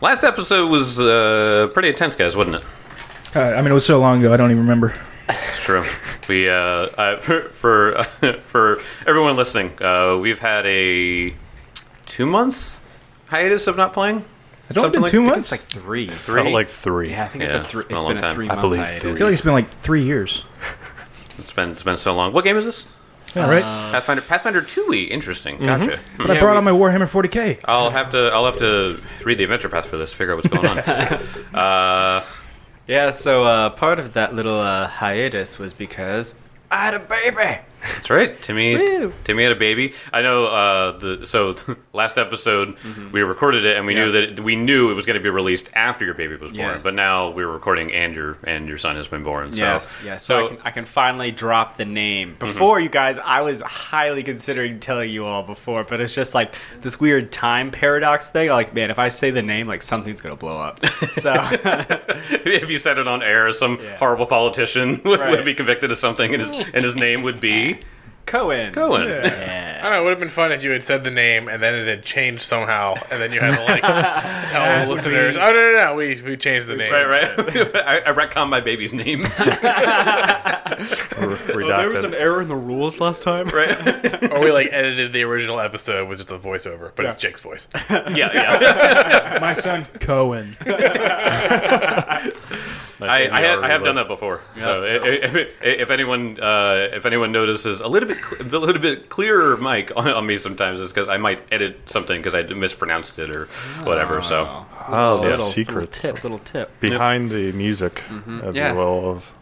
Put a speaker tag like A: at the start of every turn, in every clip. A: Last episode was uh, pretty intense, guys, wasn't it?
B: Uh, I mean, it was so long ago, I don't even remember.
A: It's true. We uh, uh, for for, for everyone listening, uh, we've had a two months hiatus of not playing.
B: I don't
A: Something
B: think
A: like-
B: two
A: I think
C: I think
B: months.
C: it's like three.
A: Three?
D: Felt like three.
C: Yeah, I think
A: Yeah,
C: it's a three.
A: been a
C: It's
A: long
C: been a
A: time.
C: three
D: I
C: month
D: believe
C: hiatus.
D: three.
B: I feel like it's been like three years.
A: It's been it's been so long. What game is this?
B: Yeah,
D: Uh,
B: right.
A: Pathfinder Pathfinder Two E. Interesting.
D: Mm-hmm.
A: Gotcha. Hmm.
B: But I
C: yeah,
B: brought
C: we-
B: out my Warhammer 40k.
A: I'll have to I'll have to read the adventure path for this. Figure out what's going on. uh,
C: Yeah, so uh, part of that little uh, hiatus was because I had a baby.
A: That's right. Timmy
C: Woo.
A: Timmy had a baby. I know uh the so last episode we recorded it and we knew
C: Mm-hmm. Yeah.
A: that it, we knew it was going to be released after your baby was born.
C: Yes.
A: But now we're recording and your and your son has been born. So
C: yes, yes. So, Mm-hmm. I, can, I can finally drop the name. Before you guys, I was highly considering telling you all before, but it's just like this weird time paradox thing. Like, man, if I say the name, like something's gonna blow up. So
A: if you said it on air, some
C: Yeah.
A: horrible politician would, would
C: Right.
A: be convicted of something and his and his name would be
C: Cohen.
A: Cohen.
E: I don't know. It would have been fun if you had said the name and then it had changed somehow, and then you had to like tell listeners, "Oh no, no, no, we we changed the name."
A: Right, right. I, I retcon my baby's name.
C: Oh,
D: Redacted.
C: error in the rules last time.
A: right.
E: Or we like edited the original episode with just a voiceover, but it's Jake's voice.
A: Yeah, yeah.
B: My son Cohen.
A: I, I, have,
D: ER
A: I have
D: reload.
A: done that before. So i- i- if, it- if anyone uh, if anyone notices a little bit cl- a little bit clearer mic on, on me sometimes is because I might edit something because I mispronounced it or whatever. So
D: Oh, the
C: Little,
D: secrets
C: Little tip, little tip.
D: behind the music, as
A: Yeah.
D: well. Of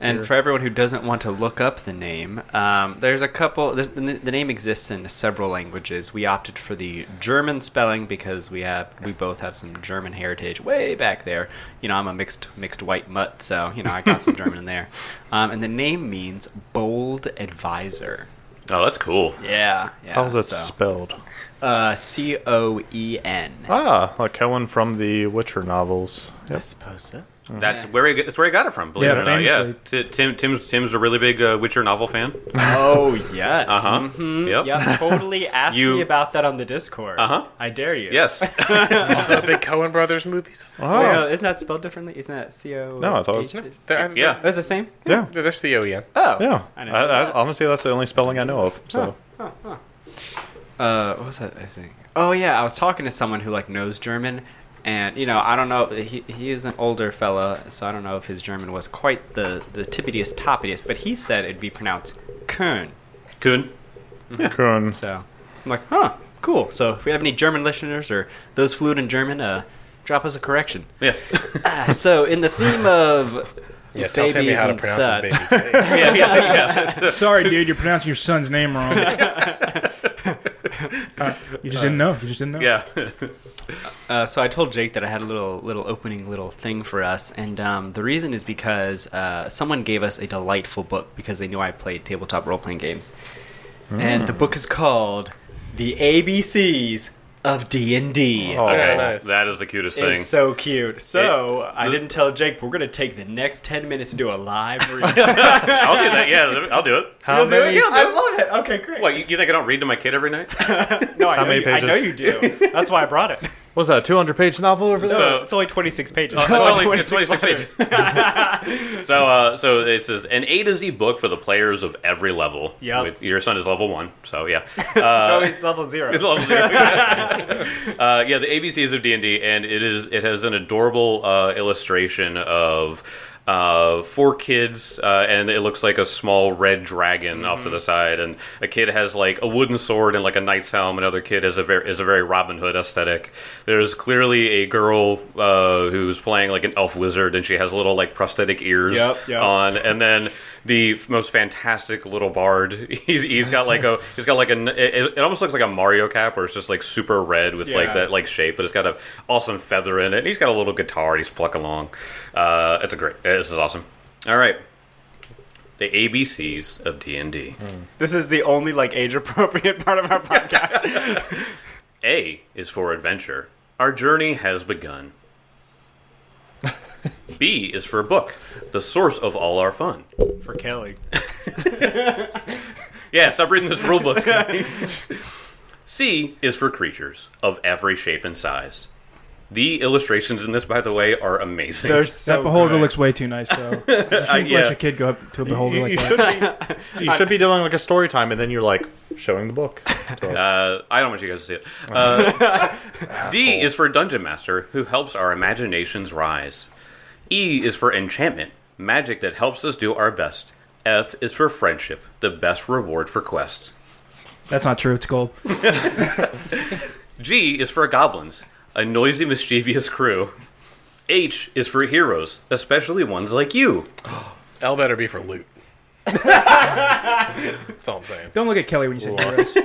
C: And for everyone who doesn't want to look up the name, um, there's a couple. There's, the, the name exists in several languages. We opted for the German spelling because we have we both have some German heritage way back there. You know, I'm a mixed mixed white mutt, so you know I got some German in there. Um, and the name means bold advisor.
A: oh, that's cool.
C: Mm-hmm. Yeah, yeah.
D: how's that
C: so,
D: spelled?
C: uh, C O E N.
D: Ah, like Helen from the Witcher novels.
C: I
D: Yep.
C: suppose so.
A: That's where he, that's where I got it from. Believe
B: Yeah,
A: it or not. Yeah.
B: famously.
A: T- Tim Tim's Tim's a really big uh, Witcher novel fan.
C: Oh yes. Mm-hmm.
A: Uh
D: Uh-huh.
A: huh. Yep.
C: Yeah, totally ask
A: You-
C: me about that on the Discord.
A: Uh-huh.
C: I dare you.
A: Yes.
E: Also, the big Cohen Brothers movies.
D: Oh,
C: Wait, no, isn't that spelled differently? Isn't that C O?
D: No, I thought it was-
E: No, they're,
A: Yeah.
C: It was the same.
D: yeah,
E: they're, they're C O E N.
C: Oh,
D: yeah.
C: I
D: I
C: didn't know that.
D: I- honestly, that's the only spelling I know of. So
C: Uh, what was that? I think. Oh yeah, I was talking to someone who like knows German, and you know, I don't know. He he is an older fella, so I don't know if his German was quite the the tippitiest toppiest, but he said it'd be pronounced Kern.
A: Coon.
D: Hmm. Kuhn.
C: So I'm like, huh, cool. So if we have any German listeners or those fluent in German, uh, drop us a correction.
A: Yeah.
C: Ah, so in the theme of
E: Yeah, tell Timmy
C: babies
E: how to
C: and
E: pronounce
C: such.
E: his baby's name.
A: yeah. Yeah. Yeah.
B: Sorry, dude, you're pronouncing your son's name wrong. Uh,
E: Uh,
B: you just didn't know. You just didn't know.
A: yeah.
C: Uh, so I told Jake that I had a little little opening little thing for us, and um, the reason is because uh, someone gave us a delightful book because they knew I played tabletop role playing games, and
E: Hmm.
C: the book is called "The ABCs of D and D."
D: Oh,
A: Okay.
E: nice.
A: That is the cutest thing.
C: It's so cute. So I didn't tell Jake we're gonna take the next ten minutes to do a live read. You'll
A: I'll do that. Yeah. I'll do it.
D: How
C: do it?
D: many?
C: Yeah, I love it. Okay, great.
A: What you, you think I don't read to my kid every night?
C: no, I,
D: how
C: know
D: many
C: you, I
D: pages?
C: know you do. That's why I brought it.
D: What's that? Two hundred page novel over there?
A: So-
C: it's only twenty six pages.
A: Oh, it's only- it's 26 pages. So, uh, so this is an A to Z book for the players of every level.
C: Yep.
A: With- Your son is level one, so yeah. Uh,
C: no, he's level zero.
A: it's level zero. uh, yeah, the ABCs of D and D, and it is it has an adorable uh, illustration of. Uh, four kids, uh, and it looks like a small red dragon off
C: Mm-hmm.
A: to the side, and a kid has like a wooden sword and like a knight's helm. Another kid is a very is a very Robin Hood aesthetic. There's clearly a girl uh, who's playing like an elf wizard, and she has little like prosthetic ears
C: Yep, yep.
A: on on, and then the f- most fantastic little bard. He's, he's got like a he's got like a n- it, it almost looks like a Mario cap where it's just like super red with like
C: Yeah.
A: that like shape, but it's got an awesome feather in it. And he's got a little guitar. and He's plucking along. Uh, it's a great. This is awesome. All right, the ABCs of D and D.
C: This is the only like age appropriate part of our podcast.
A: A is for adventure. Our journey has begun. B is for book, the source of all our fun.
C: For Kelly.
A: Yeah, stop reading this rule book. C is for creatures of every shape and size. The illustrations in this, by the way, are amazing.
C: They're so
B: that beholder
C: good.
B: looks way too nice, though. You shouldn't
A: Uh, yeah.
B: let your kid go up to a beholder
D: You,
B: like
D: you
B: that.
D: should be, you should be doing like a story time, and then you're like showing the book. to us.
A: Uh, I don't want you guys to see it. Uh, D is for Dungeon Master, who helps our imaginations rise. E is for Enchantment, magic that helps us do our best. F is for Friendship, the best reward for quests.
B: That's not true. It's gold.
A: G is for Goblins, a noisy, mischievous crew. H is for Heroes, especially ones like you.
E: L better be for loot. That's all I'm saying.
B: Don't look at Kelly when you say heroes.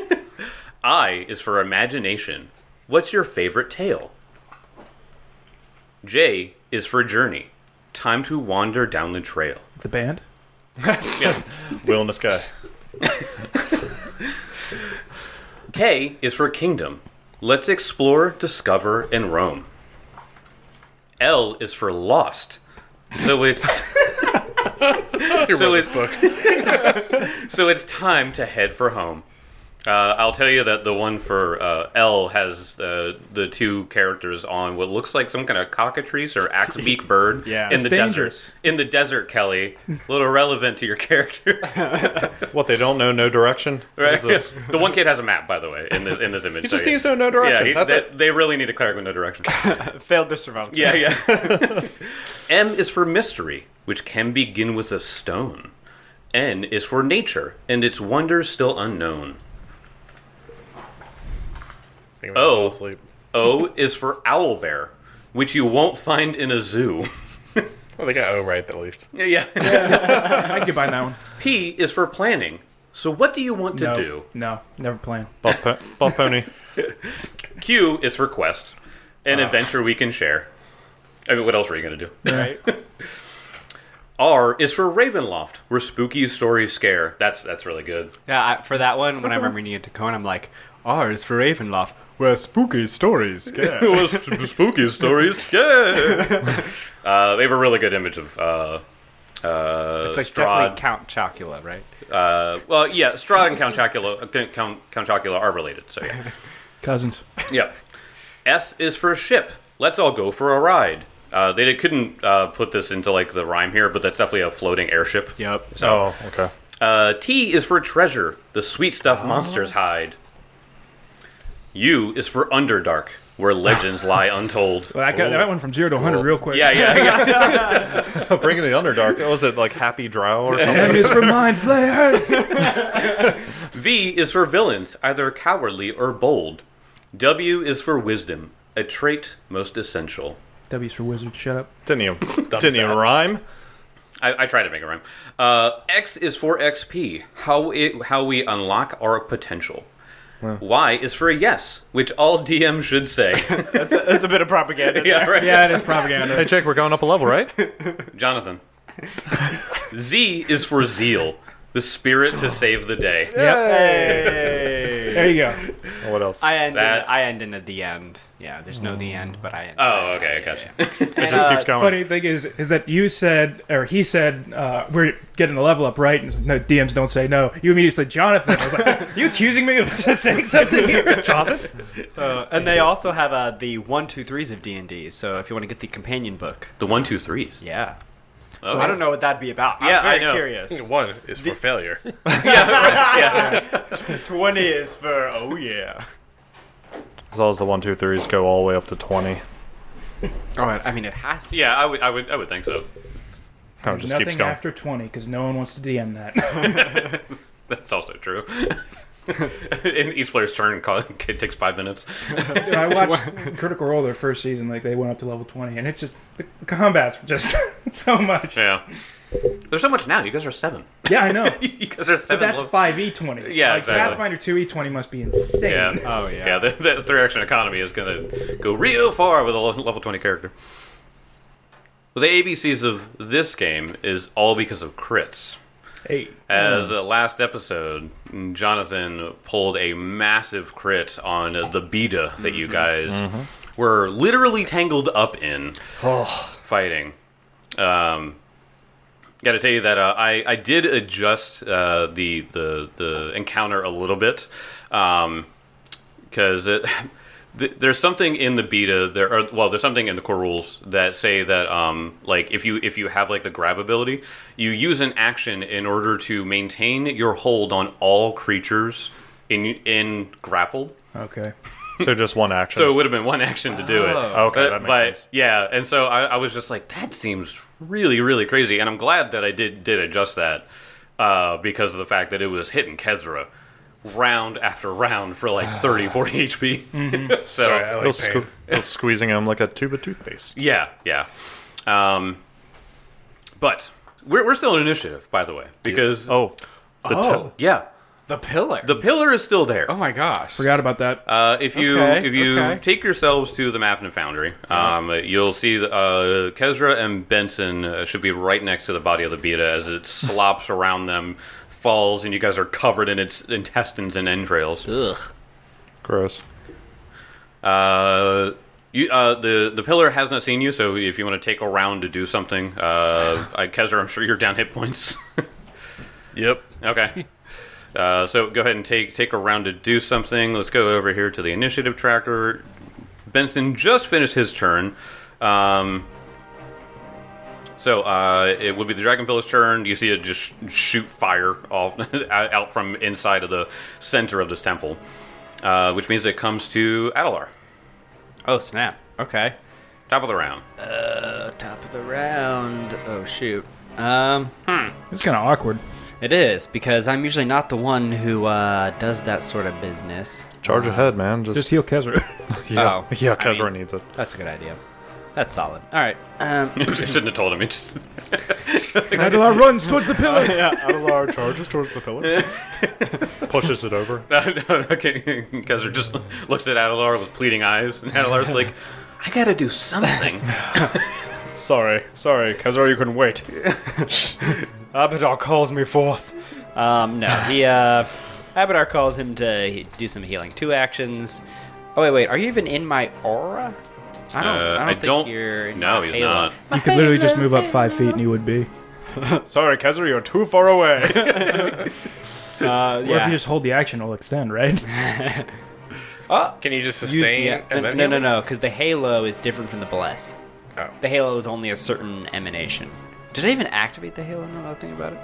A: I is for Imagination. What's your favorite tale? J is for Journey, time to wander down the trail.
B: the band.
D: Will in the sky.
A: K is for kingdom. Let's explore, discover, and roam. L is for lost. So it's
E: You
A: So
E: wrote this
A: it-
E: book.
A: so it's time to head for home. Uh, I'll tell you that the one for uh, L has uh, the two characters on what looks like some kind of cockatrice or axe beak bird
C: Yeah.
A: in
C: It's
A: the
B: dangerous.
A: desert. In the desert, Kelly, a little relevant to your character.
D: What they don't know, no direction. What
A: Right?
D: is this?
A: the one kid has a map, by the way, in this in this image.
D: He just
A: so-
D: needs to know no
A: Yeah,
D: direction.
A: he-
D: That's
A: they,
D: it.
A: they really need a cleric with no direction.
C: Failed to survive.
A: Yeah, yeah. M is for mystery, which can begin with a stone. N is for nature, and its wonders still unknown.
E: Think about it,
A: Oh.
E: fall asleep.
A: O is for owlbear, which you won't find in a zoo.
E: Well, they got O right at least.
A: Yeah, yeah.
B: I can get by on that one.
A: P is for planning. So what do you want to
B: no,
A: do?
B: no, never plan.
D: Buff, po- buff pony.
A: Q is for quest, an adventure we can share. I mean, what else were you going to do?
B: Right.
A: R is for Ravenloft, where spooky stories scare. That's that's really good.
C: Yeah, I, for that one, when I remember reading it to Cohen, I'm like, R is for Ravenloft, where spooky stories get.
A: was spooky stories. Scare. uh, they have a really good image of. Uh, uh,
C: it's like
A: Strahd.
C: definitely Count Chocula, right?
A: uh, well, yeah, Strahd and Count Chocula, uh, Count, Count Chocula are related. So yeah,
B: Cousins.
A: yeah. S is for ship. Let's all go for a ride. Uh, they couldn't uh, put this into like the rhyme here, but that's definitely a floating airship.
C: Yep.
D: Oh, okay.
A: Uh, T is for treasure, the sweet stuff
C: Oh.
A: monsters hide. U is for Underdark, where legends lie untold.
B: Well, I got that went from zero to 100 real quick.
A: Yeah, yeah, yeah.
D: Oh, bringing the Underdark. What was it like Happy Drow or something?
B: And it's for mind flares.
A: V is for villains, either cowardly or bold. W is for wisdom, a trait most essential.
B: W's for wizard. Shut up.
D: Didn't even, didn't even rhyme.
A: I, I try to make it rhyme. Uh, X is for XP, how it, how we unlock our potential. Y is for yes, which all DM should say.
C: That's a, that's a bit of propaganda.
A: yeah, right.
B: Yeah, it is propaganda.
D: Hey, Jake, we're going up a level, right?
A: Jonathan. Z is for zeal, the spirit to save the day.
B: There you go.
D: What else?
C: I end.
A: That-
C: In, I end in a the end. Yeah, there's no the end, but I end.
A: Oh, okay, I gotcha.
D: it
C: uh,
D: just keeps going.
B: Funny thing is, is that you said, or he said, uh, we're getting a level up, right? And he's like, no, DMs don't say no. You immediately said, Jonathan. I was like, you accusing me of saying something here? Jonathan?
C: and they also have uh, the one, two, threes of D and D. So if you want to get the companion book,
A: The one, two, threes.
C: yeah.
A: Oh.
C: I don't know what that'd be about.
A: Yeah,
C: I'm very
A: I know.
C: curious.
E: One is for failure.
C: Twenty is for oh yeah.
D: As well as the one, two, threes go all the way up to twenty.
C: Oh, I mean it has. To.
A: Yeah, I would, I would, I would think so.
D: Oh, it just
B: Nothing
D: keeps going.
B: after 20, because no one wants to DM that.
A: That's also true. In each player's turn, co- it takes five minutes.
B: I watched Critical Role their first season, like they went up to level 20, and it just, the combat's just so much.
A: Yeah. There's so much now. You guys are seven.
B: Yeah, I know.
A: you guys are seven.
B: But that's
A: level-
B: 5e20.
A: Yeah,
B: like,
A: exactly.
B: Pathfinder 2e20 must be insane.
A: Yeah.
C: Oh yeah.
A: Yeah, the, the three-action economy is going to go real far with a le- level 20 character. Well, the ABCs of this game is all because of crits.
B: Hey,
A: As uh, last episode, Jonathan pulled a massive crit on uh, the beta that you guys were literally tangled up in fighting. Um, Got to tell you that uh, I I did adjust uh, the Um, the the encounter a little bit because it. th- there's something in the beta there are well there's something in the core rules that say that um like if you if you have like the grab ability you use an action in order to maintain your hold on all creatures in in grappled
B: Okay.
D: So just one action.
A: so it would have been one action to do it.
C: Oh.
D: Okay,
A: But-
D: that makes
A: but,
D: sense.
A: yeah, and so I, I was just like, that seems really, really crazy, and I'm glad that I did did adjust that uh, because of the fact that it was hitting Kezra round after round for like 30, 40 HP. so
E: Sorry, I
D: It
E: like
D: was
E: pain.
D: sque- it was squeezing him like a tube of toothpaste.
A: yeah, yeah. Um, but we're we're still in initiative, by the way, because
D: Oh, the
C: Oh.
A: yeah,
C: The pillar.
A: the pillar is still there.
C: oh my gosh.
B: Forgot about that.
A: Uh, if you
C: Okay,
A: if you
C: okay.
A: take yourselves to the map and foundry, um, you'll see uh, Kezra and Benson uh, should be right next to the body of the beta as it slops around them, falls, and you guys are covered in its intestines and entrails.
C: Ugh.
D: gross.
A: Uh, you, uh, the the pillar has not seen you, so if you want to take a round to do something, uh, I- Kezra, I'm sure you're down hit points.
E: Yep.
A: Okay. Uh, so go ahead and take take a round to do something. Let's go over here to the initiative tracker. Benson just finished his turn. Um, so uh, it would be the dragon pillar's turn. You see it just shoot fire off out out from inside of the center of this temple, uh, which means it comes to Adalar.
C: Oh snap. Okay.
A: Top of the round.
C: Uh, top of the round. Oh shoot. Um.
B: It's kind of awkward.
C: It is because I'm usually not the one who uh, does that sort of business.
D: Charge ahead, man. Just,
B: Just heal Kezra.
D: yeah,
C: Oh.
D: yeah.
C: I
D: Kezra
C: mean-
D: needs it.
C: That's a good idea. That's solid. All right. Um,
A: I shouldn't have told him. It just-
B: Adelar runs towards the pillar.
D: Yeah, Adelar charges towards the pillar, pushes it over.
A: okay, Kezra just looks at Adalar with pleading eyes, and Adalar's like, "I gotta do something."
F: Sorry, sorry, Kazar, you can wait. Abadar calls me forth.
C: um, no, he uh, Abadar calls him to do some healing. Two actions. Oh wait, wait. Are you even in my aura? I don't.
A: Uh,
C: I don't
A: I
C: think
A: don't-
C: you're. in
A: no,
C: my
A: he's
C: halo.
A: not.
B: You could literally just move up five feet and you would be.
F: Sorry, Kazar, you're too far away.
C: Uh,
B: Or if
C: yeah.
B: you just hold the action, it'll extend, right?
E: Can you just
C: Use the-
E: sustain
C: Oh, no,
E: and then
C: no,
E: you-
C: no, no, because the halo is different from the bless.
E: Oh.
C: The halo is only a certain emanation. Did I even activate the halo? Now that I think about it.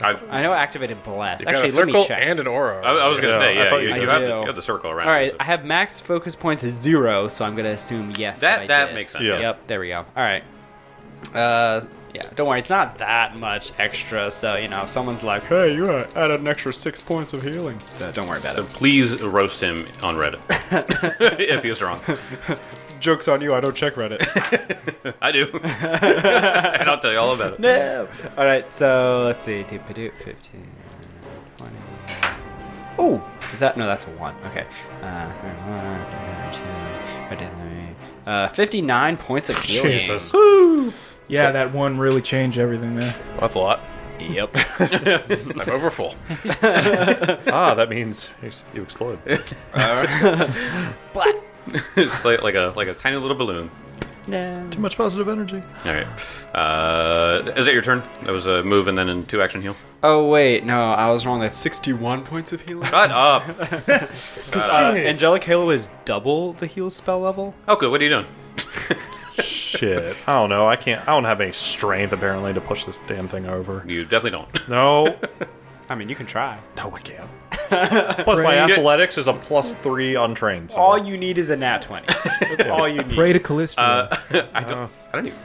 A: I,
C: I know I activated bless.
E: Got
C: Actually,
E: a
C: let me
E: circle
C: check.
E: and an aura.
A: I, I was gonna
D: Yeah,
A: say,
D: I
A: yeah,
D: thought
A: you,
D: you
A: you
C: did.
A: have,
C: I
A: the,
C: do.
A: you have the circle around.
C: All right,
A: it, so-
C: I have max focus points is zero, so I'm gonna assume yes.
A: that
C: I
A: that
C: did.
A: makes sense.
D: Yeah.
C: Yep, there we go. All right. Uh, yeah, don't worry, it's not that much extra, so you know, if someone's like,
F: hey, you uh, added an extra six points of healing.
C: "Uh, don't worry about
A: So
C: it.
A: please roast him on Reddit if he was wrong.
F: Joke's on you, I don't check Reddit.
A: I do, and I'll tell you all about it.
C: No. All right, so let's see, do- do- 15, 20. Oh, is that no? That's a one. Okay. Uh, sorry, one, two, three, uh, fifty-nine points of healing.
D: Jesus.
B: Yeah, that one really changed everything there.
E: That's a lot.
C: Yep.
E: I'm overfull.
D: ah, that means you s- you explode.
C: Black.
A: it's like, like a like a tiny little balloon.
C: No.
D: Too much positive energy.
A: All right, uh, is that your turn? That was a move and then in two action heal.
C: Oh wait, no, I was wrong. That's sixty-one points of healing.
A: Shut up.
C: Uh, Angelic Halo is double the heal spell level.
A: Oh, good. What are you doing?
D: Shit. I don't know. I can't. I don't have any strength apparently to push this damn thing over.
A: You definitely don't.
D: No,
C: I mean, you can try.
D: no, I can't. plus, my
A: Pray-
D: athletics is a plus three untrained. so-
C: All you need is a nat twenty. That's all you need.
B: Pray to Callisto.
A: I don't. I don't even.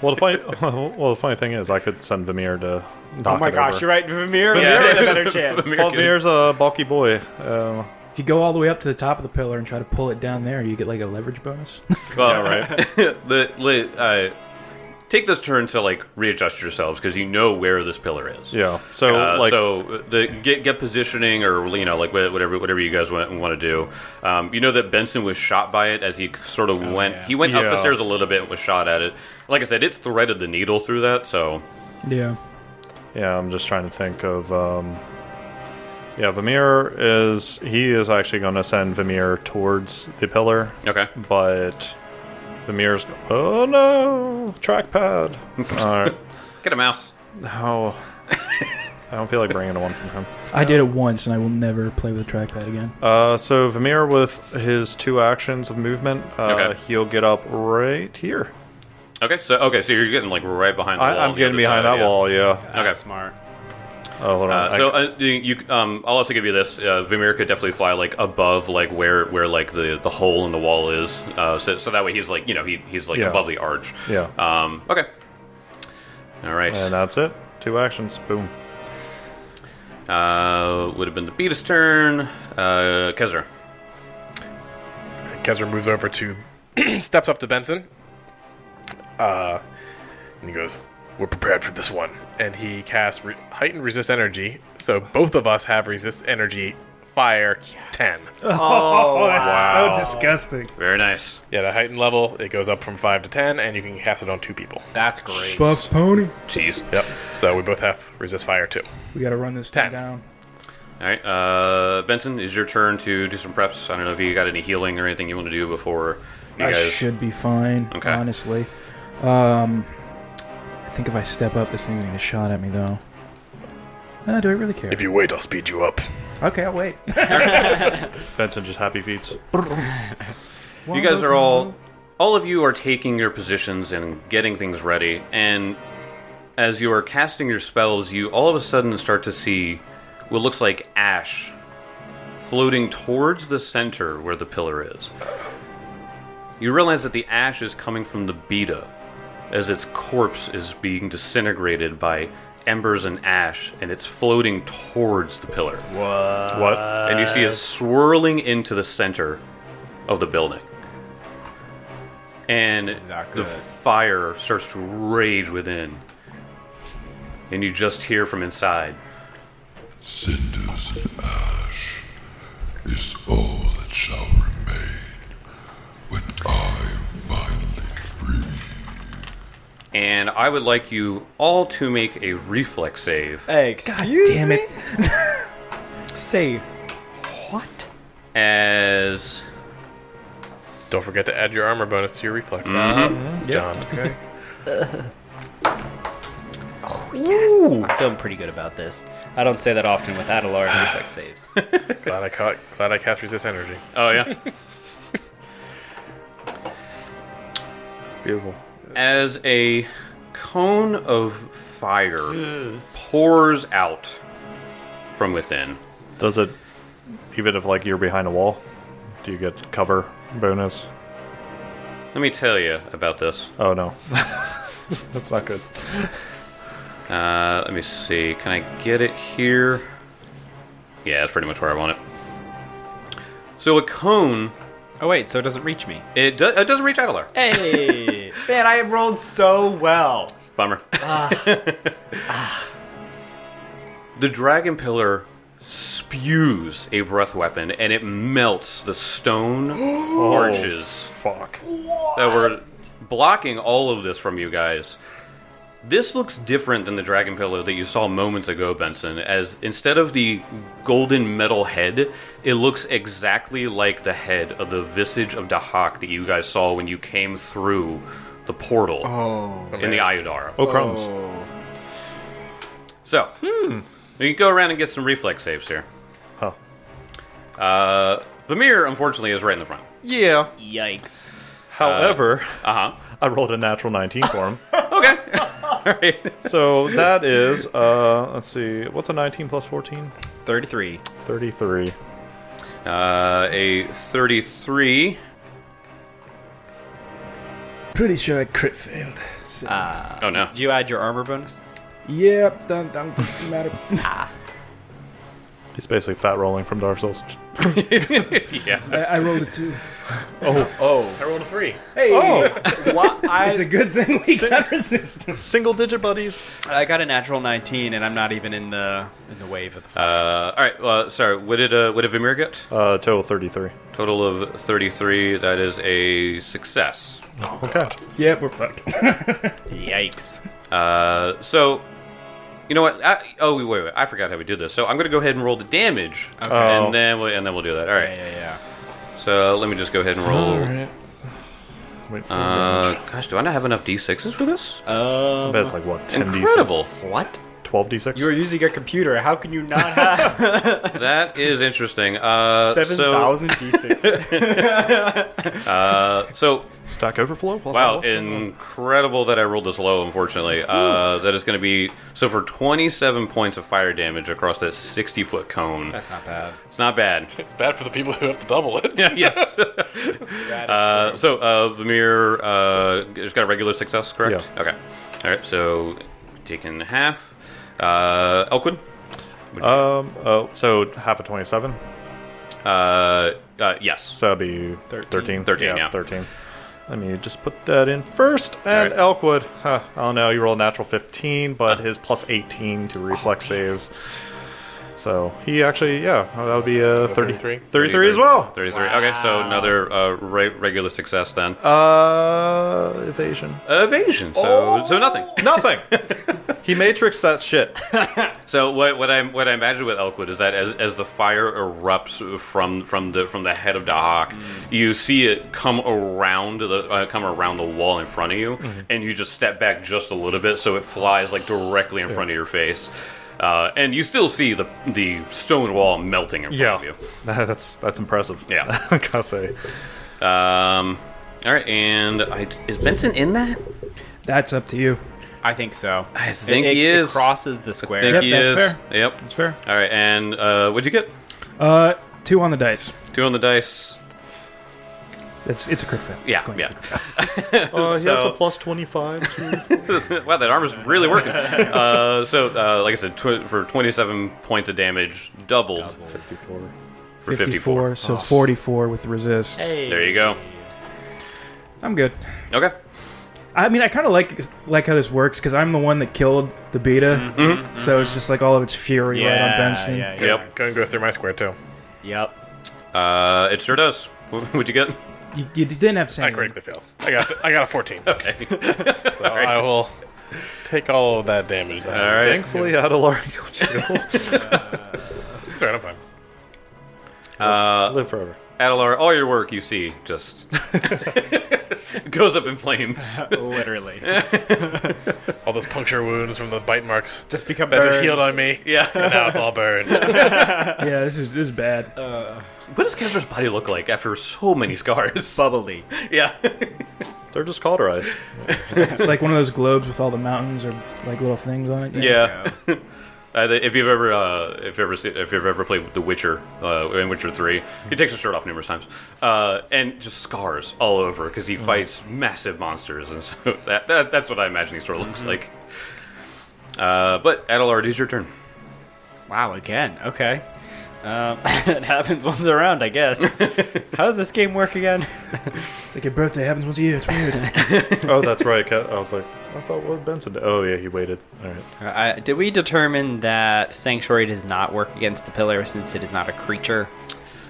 D: Well, the funny, well, the funny thing is, I could send Vimir to.
F: oh my gosh, you're right, Vimir. Vimir
A: Yeah.
F: has a better chance.
A: Vimir-
D: Well, Vimir's a bulky boy. Uh,
B: if you go all the way up to the top of the pillar and try to pull it down there, you get like a leverage bonus.
A: Well, the, the, uh, take this turn to like readjust yourselves because you know where this pillar is.
D: yeah. So
A: Uh,
D: like,
A: so the get get positioning or you know like wha- whatever whatever you guys want, want to do. Um, you know that Benson was shot by it as he sort of went. He went up the
D: Yeah.
A: stairs a little bit and was shot at it. Like I said, it's threaded the needle through that. So
B: yeah.
D: yeah, I'm just trying to think of. Um, yeah, Vimir is he is actually going to send Vimir towards the pillar,
A: okay,
D: but Vimir's. Oh no, trackpad. All right.
A: get a mouse.
D: Oh. I don't feel like bringing one from him.
B: I did it once, and I will never play with a trackpad again.
D: Uh, so Vamir, with his two actions of movement, uh,
A: Okay.
D: he'll get up right here.
A: Okay, so okay, so you're getting like right behind the
D: I,
A: wall. on
D: I'm
A: the
D: getting
A: other
D: behind
A: side,
D: that
A: yeah.
D: wall. Yeah.
A: Okay.
C: That's smart.
D: Oh, hold on.
A: Uh,
D: I-
A: so uh, you, you- um, I'll also give you this. Uh, Vimir could definitely fly like above, like where where like the, the hole in the wall is. Uh, so so that way he's like you know he he's like
D: Yeah.
A: above the arch.
D: Yeah.
A: Um. Okay. All right.
D: and uh, that's it. Two actions. Boom.
A: Uh, would have been the Beatus turn. Uh, Kezra.
E: Kezra moves over to, steps up to Benson, uh, and he goes, "We're prepared for this one." And he casts re- heightened resist energy, so both of us have resist energy fire ten.
B: Oh, that's
E: wow.
B: so disgusting.
A: Very nice.
E: Yeah, the heightened level it goes up from five to ten, and you can cast it on two people.
C: That's great.
B: Buff pony.
A: Jeez.
E: Yep. So we both have resist fire too.
B: We gotta run this thing
E: Ten.
B: down.
A: All right. Uh, Benson, is your turn to do some preps. I don't know if you got any healing or anything you want to do before you
B: I
A: guys.
B: should be fine,
A: Okay.
B: honestly. Um, I think if I step up, this thing's gonna get a shot at me, though. Uh, do I really care?
E: If you wait, I'll speed you up.
B: okay, I'll wait.
D: Benson just happy feet.
A: You guys are all, all of you are taking your positions and getting things ready. And as you are casting your spells, you all of a sudden start to see what looks like ash floating towards the center where the pillar is. You realize that the ash is coming from the beta as its corpse is being disintegrated by embers and ash, and it's floating towards the pillar.
D: what?
A: And you see it swirling into the center of the building. And
C: is not
A: the
C: good.
A: fire starts to rage within. And you just hear from inside.
G: Cinders and ash is all that shall remain when I am finally free.
A: And I would like you all to make a reflex save
C: Excuse
B: Damn it.
C: Say what?
A: as
E: Don't forget to add your armor bonus to your reflex, John.
C: I'm feeling pretty good about this. I don't say that often without a large reflex saves.
E: Glad I caught. Glad I cast resist energy.
A: Oh yeah.
D: Beautiful.
A: as a cone of fire pours out from within.
D: Does it? Even if like you're behind a wall, do you get cover bonus?
A: Let me tell you about this.
D: Oh no. that's not good.
A: Uh, let me see. Can I get it here? Yeah, that's pretty much where I want it. So a cone,
C: oh wait, so it doesn't reach me.
A: it, do- it doesn't reach Avalar.
C: Hey, man, I rolled so well.
A: Bummer. the dragon pillar spews a breath weapon, and it melts the stone arches
D: Fuck.
A: that were blocking all of this from you guys. This looks different than the dragon pillar that you saw moments ago, Benson, as instead of the golden metal head, it looks exactly like the head of the visage of Dahak that you guys saw when you came through the portal in the Iodara.
D: Oh crumbs.
A: So, hmm, we can go around and get some reflex saves here.
D: Huh.
A: Uh, Vamir, unfortunately, is right in the front.
D: Yeah.
C: Yikes.
D: However,
A: Uh
D: I rolled a natural 19 for him.
A: huh. Okay. All right.
D: so that is, uh, let's see, what's a 19 plus 14?
C: 33.
D: 33.
A: Uh, a 33.
B: Pretty sure I crit failed. So.
A: Oh, no.
C: Do you add your armor bonus?
B: Yep, done. Done. Doesn't matter.
D: He's basically fat rolling from Dark Souls.
B: I, I rolled a two.
E: I rolled a three.
B: Hey,
C: What?
B: it's a
C: I,
B: good thing we got resistance.
D: Single digit buddies.
C: I got a natural 19, and I'm not even in the in the wave of the.
A: Uh, all right. Uh, sorry. What did uh, what did Vimir get?
D: Uh, total 33.
A: Total of thirty three. That is a success.
D: Okay.
B: Yep, we're fucked.
C: Yikes.
A: Uh, so, you know what? I, oh wait, wait, wait. I forgot how we did this. So I'm gonna go ahead and roll the damage,
D: Oh.
A: and then we, and then we'll do that. All
C: Yeah,
A: right.
C: yeah,
A: So let me just go ahead and roll.
D: Wait for
A: Uh, gosh, do I not have enough d6s for this?
C: yeah. Um,
D: That's like what, 10
A: Incredible.
D: D6?
C: what?
D: twelve d six.
F: You are using a computer. How can you not have
A: That is interesting. Uh,
F: seven thousand d6?
A: So, uh, so
D: Stack Overflow. What-
A: Wow,
D: what's going on?
A: incredible that I rolled this low, unfortunately. Uh, that is going to be so for 27 points of fire damage across that 60 foot cone.
C: That's not bad.
A: It's not bad.
E: It's bad for the people who have to double it.
A: yes. uh, so, uh, Vamir uh, just got a regular success, correct?
D: Yeah.
A: Okay. All right, so taken half. Uh, Elquin?
D: Um. Oh, so half of twenty-seven.
A: Uh, uh, yes.
D: So that'd be thirteen.
A: 13, yeah.
D: Thirteen. Let me just put that in first.
A: Alright.
D: And Elkwood. Huh, I don't know. You roll a natural fifteen, but
A: Uh.
D: his plus eighteen
A: Oh,
D: to reflex saves. So he actually, yeah, that would be a 30, 33.
E: 33?
D: 33 as well.
A: 33. Okay, so another uh, re- regular success then.
D: Uh, evasion.
A: Evasion, so,
B: Oh.
A: so nothing.
D: Nothing. he matrixed that shit.
A: So what, what I what I imagine with Elkwood is that as, as the fire erupts from from the from the head of Dahak,
B: Mm.
A: you see it come around the uh, come around the wall in front of you,
B: Mm-hmm.
A: and you just step back just a little bit, so it flies like directly in front of your face, uh, and you still see the the stone wall melting in front of you.
D: that's that's impressive.
A: Yeah.
D: I gotta say.
A: Um, all right, and I, is Benson in that?
B: That's up to you.
C: I think so. I
A: think
C: it,
A: he
C: it- it
A: is.
C: crosses the square.
A: think
B: Yep,
A: he
B: that's
A: is.
B: fair.
A: Yep.
B: That's fair.
A: All right, and uh, what'd you get?
B: Uh, two on the dice.
A: Two on the dice.
B: It's it's a crit fail. It's
A: Yeah,
B: going to
A: yeah.
B: be a crit
D: Uh, he has a
A: So-
D: plus twenty-five. To...
A: wow, that armor's really working. Uh, so, uh, like I said, tw- for 27 points of damage, doubled for
B: fail.
A: 54.
B: 54, so 44 with resist.
A: There you go.
B: I'm good.
A: Okay.
B: I mean, I kind of like like how this works because I'm the one that killed the beta, so it's just like all of its fury
C: yeah,
B: right on Benson.
C: Yeah, yeah.
A: Yep.
E: Gun goes through my square too.
C: Yep.
A: Uh, it sure does. What- What'd you get?
B: You, you didn't have
E: I
B: sanity.
E: critically failed. I got I got a 14.
A: Okay.
E: so I will take all of that damage. All
A: All right.
D: Thankfully, I had a large
E: It's all right, I'm fine.
A: Uh,
D: live forever.
A: Adelar, all your work you see just goes up in flames.
C: Literally.
E: All those puncture wounds from the bite marks
F: Just become
E: that just
F: birds.
E: healed on me.
A: Yeah.
E: And now it's all burned.
B: Yeah, this is this is bad.
A: What does Kendra's body look like after so many scars?
C: Bubbly.
A: yeah.
D: They're just cauterized.
B: It's like one of those globes with all the mountains or like little things on it.
A: Yeah. Uh, the- if you've ever, uh, if you've ever, seen, if you've ever played The Witcher, uh, in Witcher Three, he takes his shirt off numerous times, uh, and just scars all over because he fights massive monsters, and so that, that that's what I imagine he sort of looks like. Uh, but Adelar, it is your turn.
C: Wow, again. Okay. Um, it happens once around, I guess. How does this game work again?
B: It's like your birthday happens once a year. It's weird.
D: oh, that's right. Kat- I was like, I thought what Benson. Did. Oh yeah, he waited. All right.
C: Uh, did we determine that Sanctuary does not work against the pillar since it is not a creature?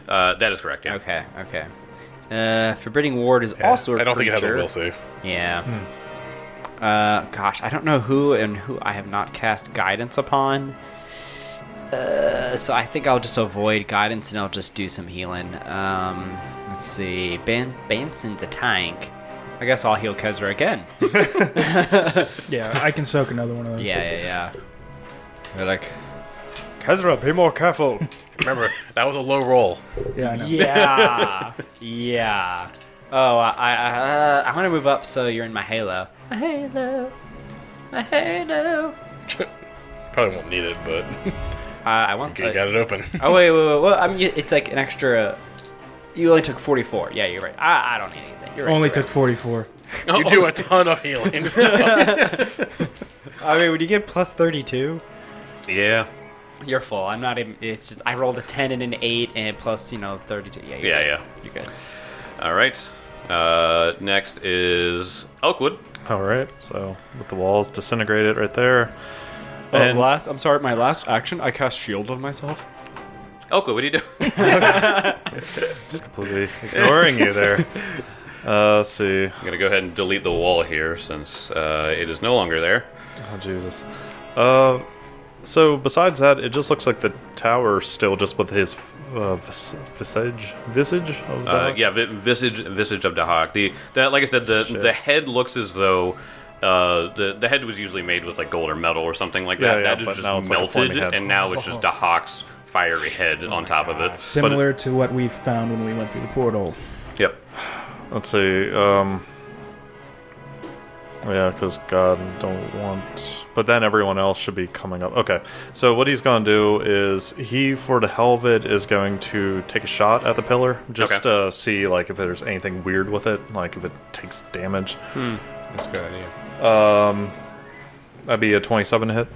A: Uh, that is correct. Yeah.
C: Okay, okay. Uh, Forbidding Ward is
E: Yeah,
C: also a
E: I don't think it
C: creature.
E: has a will Hmm. save.
C: Yeah. Uh, gosh, I don't know who and who I have not cast guidance upon. Uh, so I think I'll just avoid guidance and I'll just do some healing. Um, let's see. Ben Benson's a tank. I guess I'll heal Kezra again.
B: yeah, I can soak another one of those.
C: yeah, yeah, yeah. They're like,
F: Kezra, be more careful.
E: Remember, that was a low roll.
B: yeah, I know.
C: yeah, yeah. Oh, I I, uh, I want to move up so you're in my halo. A halo, a halo.
E: Probably won't need it, but
C: Uh, I want.
E: okay, got it open.
C: Oh wait, wait, wait. Well, I mean, it's like an extra. You only took forty-four. Yeah, you're right. I, I don't need anything. You're right,
B: Only
C: you're
B: took 44.
E: you do a ton of healing.
F: I mean, would you get plus 32?
A: Yeah.
C: right. You're full. I'm not even. It's just I rolled a ten and an eight, and plus you know thirty-two. Yeah, you're
A: Yeah.
C: right.
A: Yeah.
C: You're good.
A: All right. Uh, next is Elkwood.
D: All right. So with the walls disintegrated right there.
F: And
D: And-
F: last, I'm sorry, my last action, I cast shield on myself.
A: Elkwood, what do you do?
D: completely ignoring you there. Uh, let's see.
A: I'm gonna go ahead and delete the wall here since uh, it is no longer there.
D: Oh Jesus. Uh, so besides that, it just looks like the tower still just with his uh, vis- visage visage of
A: Uh,
D: that.
A: yeah, vi- visage visage of Dahak. The that like I said, the the head looks as though uh, the the head was usually made with like gold or metal or something like
D: Yeah,
A: that.
D: yeah,
A: that is
D: but
A: just
D: now it's like a
A: melted,
D: forming head. Uh-huh. Oh
A: and now it's just Dahak's fiery head on top of it.
B: Similar to what we found when we went through the portal.
A: But, yep.
D: Let's see. Um, yeah, because God don't want. But then everyone else should be coming up. Okay. So what he's going to do is he, for the hell of it, is going to take a shot at the pillar just
A: Okay.
D: to see like if there's anything weird with it, like if it takes damage.
E: That's a good idea.
D: That'd be a 27 hit.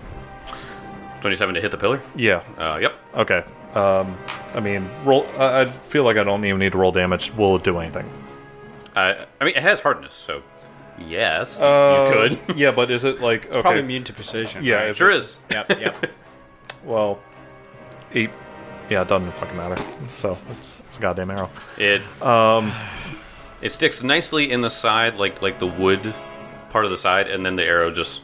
A: Twenty-seven to hit the pillar.
D: Yeah.
A: Uh, yep.
D: Okay. Um, I mean, roll. I, I feel like I don't even need to roll damage. Will it do anything?
A: Uh, I mean, it has hardness, so yes, you could.
D: Um, Uh, yeah, but is it like okay?
C: Probably immune to precision.
D: yeah,
C: right?
D: if
A: sure
D: it's-
A: is.
C: Yep. Yep.
D: Well, eight. Yeah, it doesn't fucking matter. So it's it's a goddamn arrow.
A: It
D: Um,
A: it sticks nicely in the side, like like the wood part of the side, and then the arrow just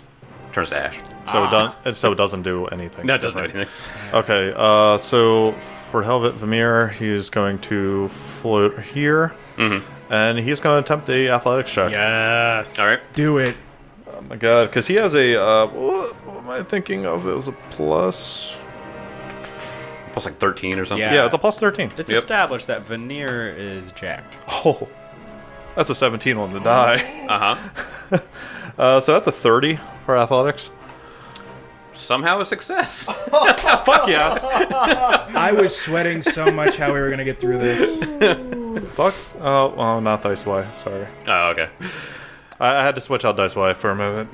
A: turns to ash.
C: Ah.
D: So it doesn't. So it doesn't do anything.
A: No, it doesn't do
D: different.
A: anything.
D: Okay. Uh, so for Helvet Vimir, he's going to float here,
C: Mm-hmm.
D: and he's going to attempt the athletics check.
E: Yes.
A: All right.
B: Do it.
D: Oh my god, because he has a. Uh, what, what am I thinking of? It was a plus.
A: Plus like thirteen or something.
C: Yeah.
D: Yeah, it's a plus thirteen.
C: It's
A: Yep.
C: established that veneer is jacked.
D: Oh, that's a seventeen on the die.
A: Uh huh.
C: Uh-huh.
D: Uh, so that's a thirty for athletics.
A: Somehow a success.
D: Fuck yes.
B: I was sweating so much how we were going to get through this.
D: Fuck. Oh, well, not Dice Y. Sorry.
A: oh, okay.
D: I, I had to switch out Dice Y for a moment.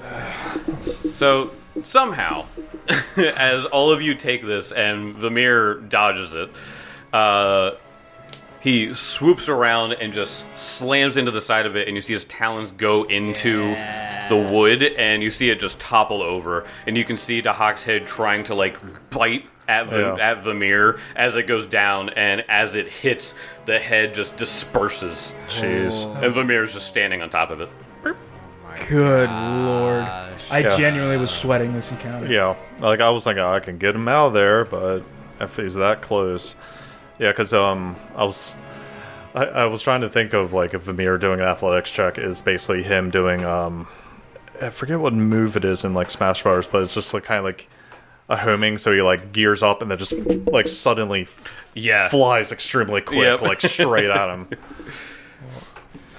A: So somehow, as all of you take this and Vamir dodges it, uh, he swoops around and just slams into the side of it, and you see his talons go into the wood, and you see it just topple over, and you can see Dahak's head trying to like bite. At, the
D: Yeah.
A: at Vamir as it goes down, and as it hits, the head just disperses.
D: Jeez.
A: And Vamir is just standing on top of it.
B: Good lord. I
D: Yeah.
B: genuinely was sweating this encounter.
D: Yeah. Like I was thinking I can get him out of there, but if he's that close, yeah. Because um, I was. I, I was trying to think of like if Vamir doing an athletics check is basically him doing um, I forget what move it is in like Smash Bros, but it's just like kind of like a homing, so he like gears up and then just like suddenly
A: Yeah.
D: flies extremely quick,
A: Yep.
D: like straight at him.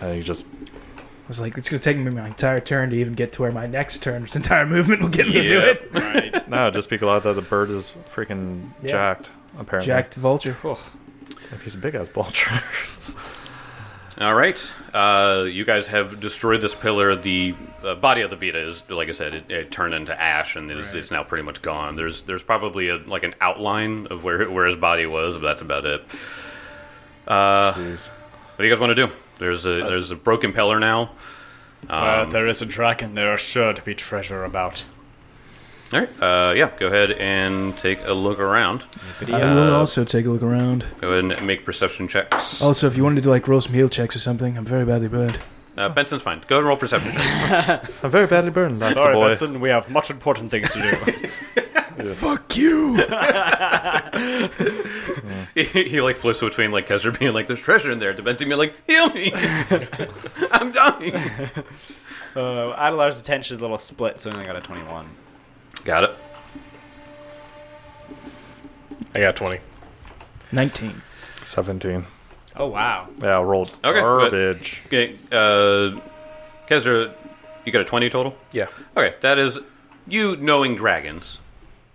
D: And he just
B: I was like, it's going to take me my entire turn to even get to where my next turn, this entire movement will get me to it.
C: Right.
D: no, just be glad that the bird is freaking
B: Yeah.
D: jacked. Apparently,
B: Jacked vulture.
D: He's a big ass vulture.
A: All right. Uh, you guys have destroyed this pillar. The uh, body of the Vita is, like I said, it, it turned into ash and it's, it's now pretty much gone. There's there's probably a, like an outline of where where his body was, but that's about it. Uh, what
D: Jeez.
A: do you guys want to do? There's a there's a broken pillar now.
F: Uh,
E: Um,
F: there is a dragon. There are sure to be treasure about.
A: All right. Uh, yeah. Go ahead and take a look around.
B: I will also take a look around.
A: Go ahead and make perception checks.
B: Also, if you wanted to do like roll some heal checks or something, I'm very badly burned.
A: Uh, Benson's fine. Go ahead and roll perception. checks.
D: I'm very badly burned. That's
F: Sorry,
D: the boy.
F: Benson. We have much important things to do.
B: Fuck you!
A: he, he, like flips between like Kesser being like, "There's treasure in there." To Benson being like, "Heal me, I'm dying."
C: uh, Adelar's attention is a little split, so I only got a 21.
A: Got it.
E: I got 20.
B: 19.
D: Seventeen.
C: Oh wow.
D: Yeah, rolled
A: Okay, but-
D: garbage.
A: Okay, uh, Kezra, you got a 20 total?
E: Yeah.
A: Okay, that is you knowing dragons.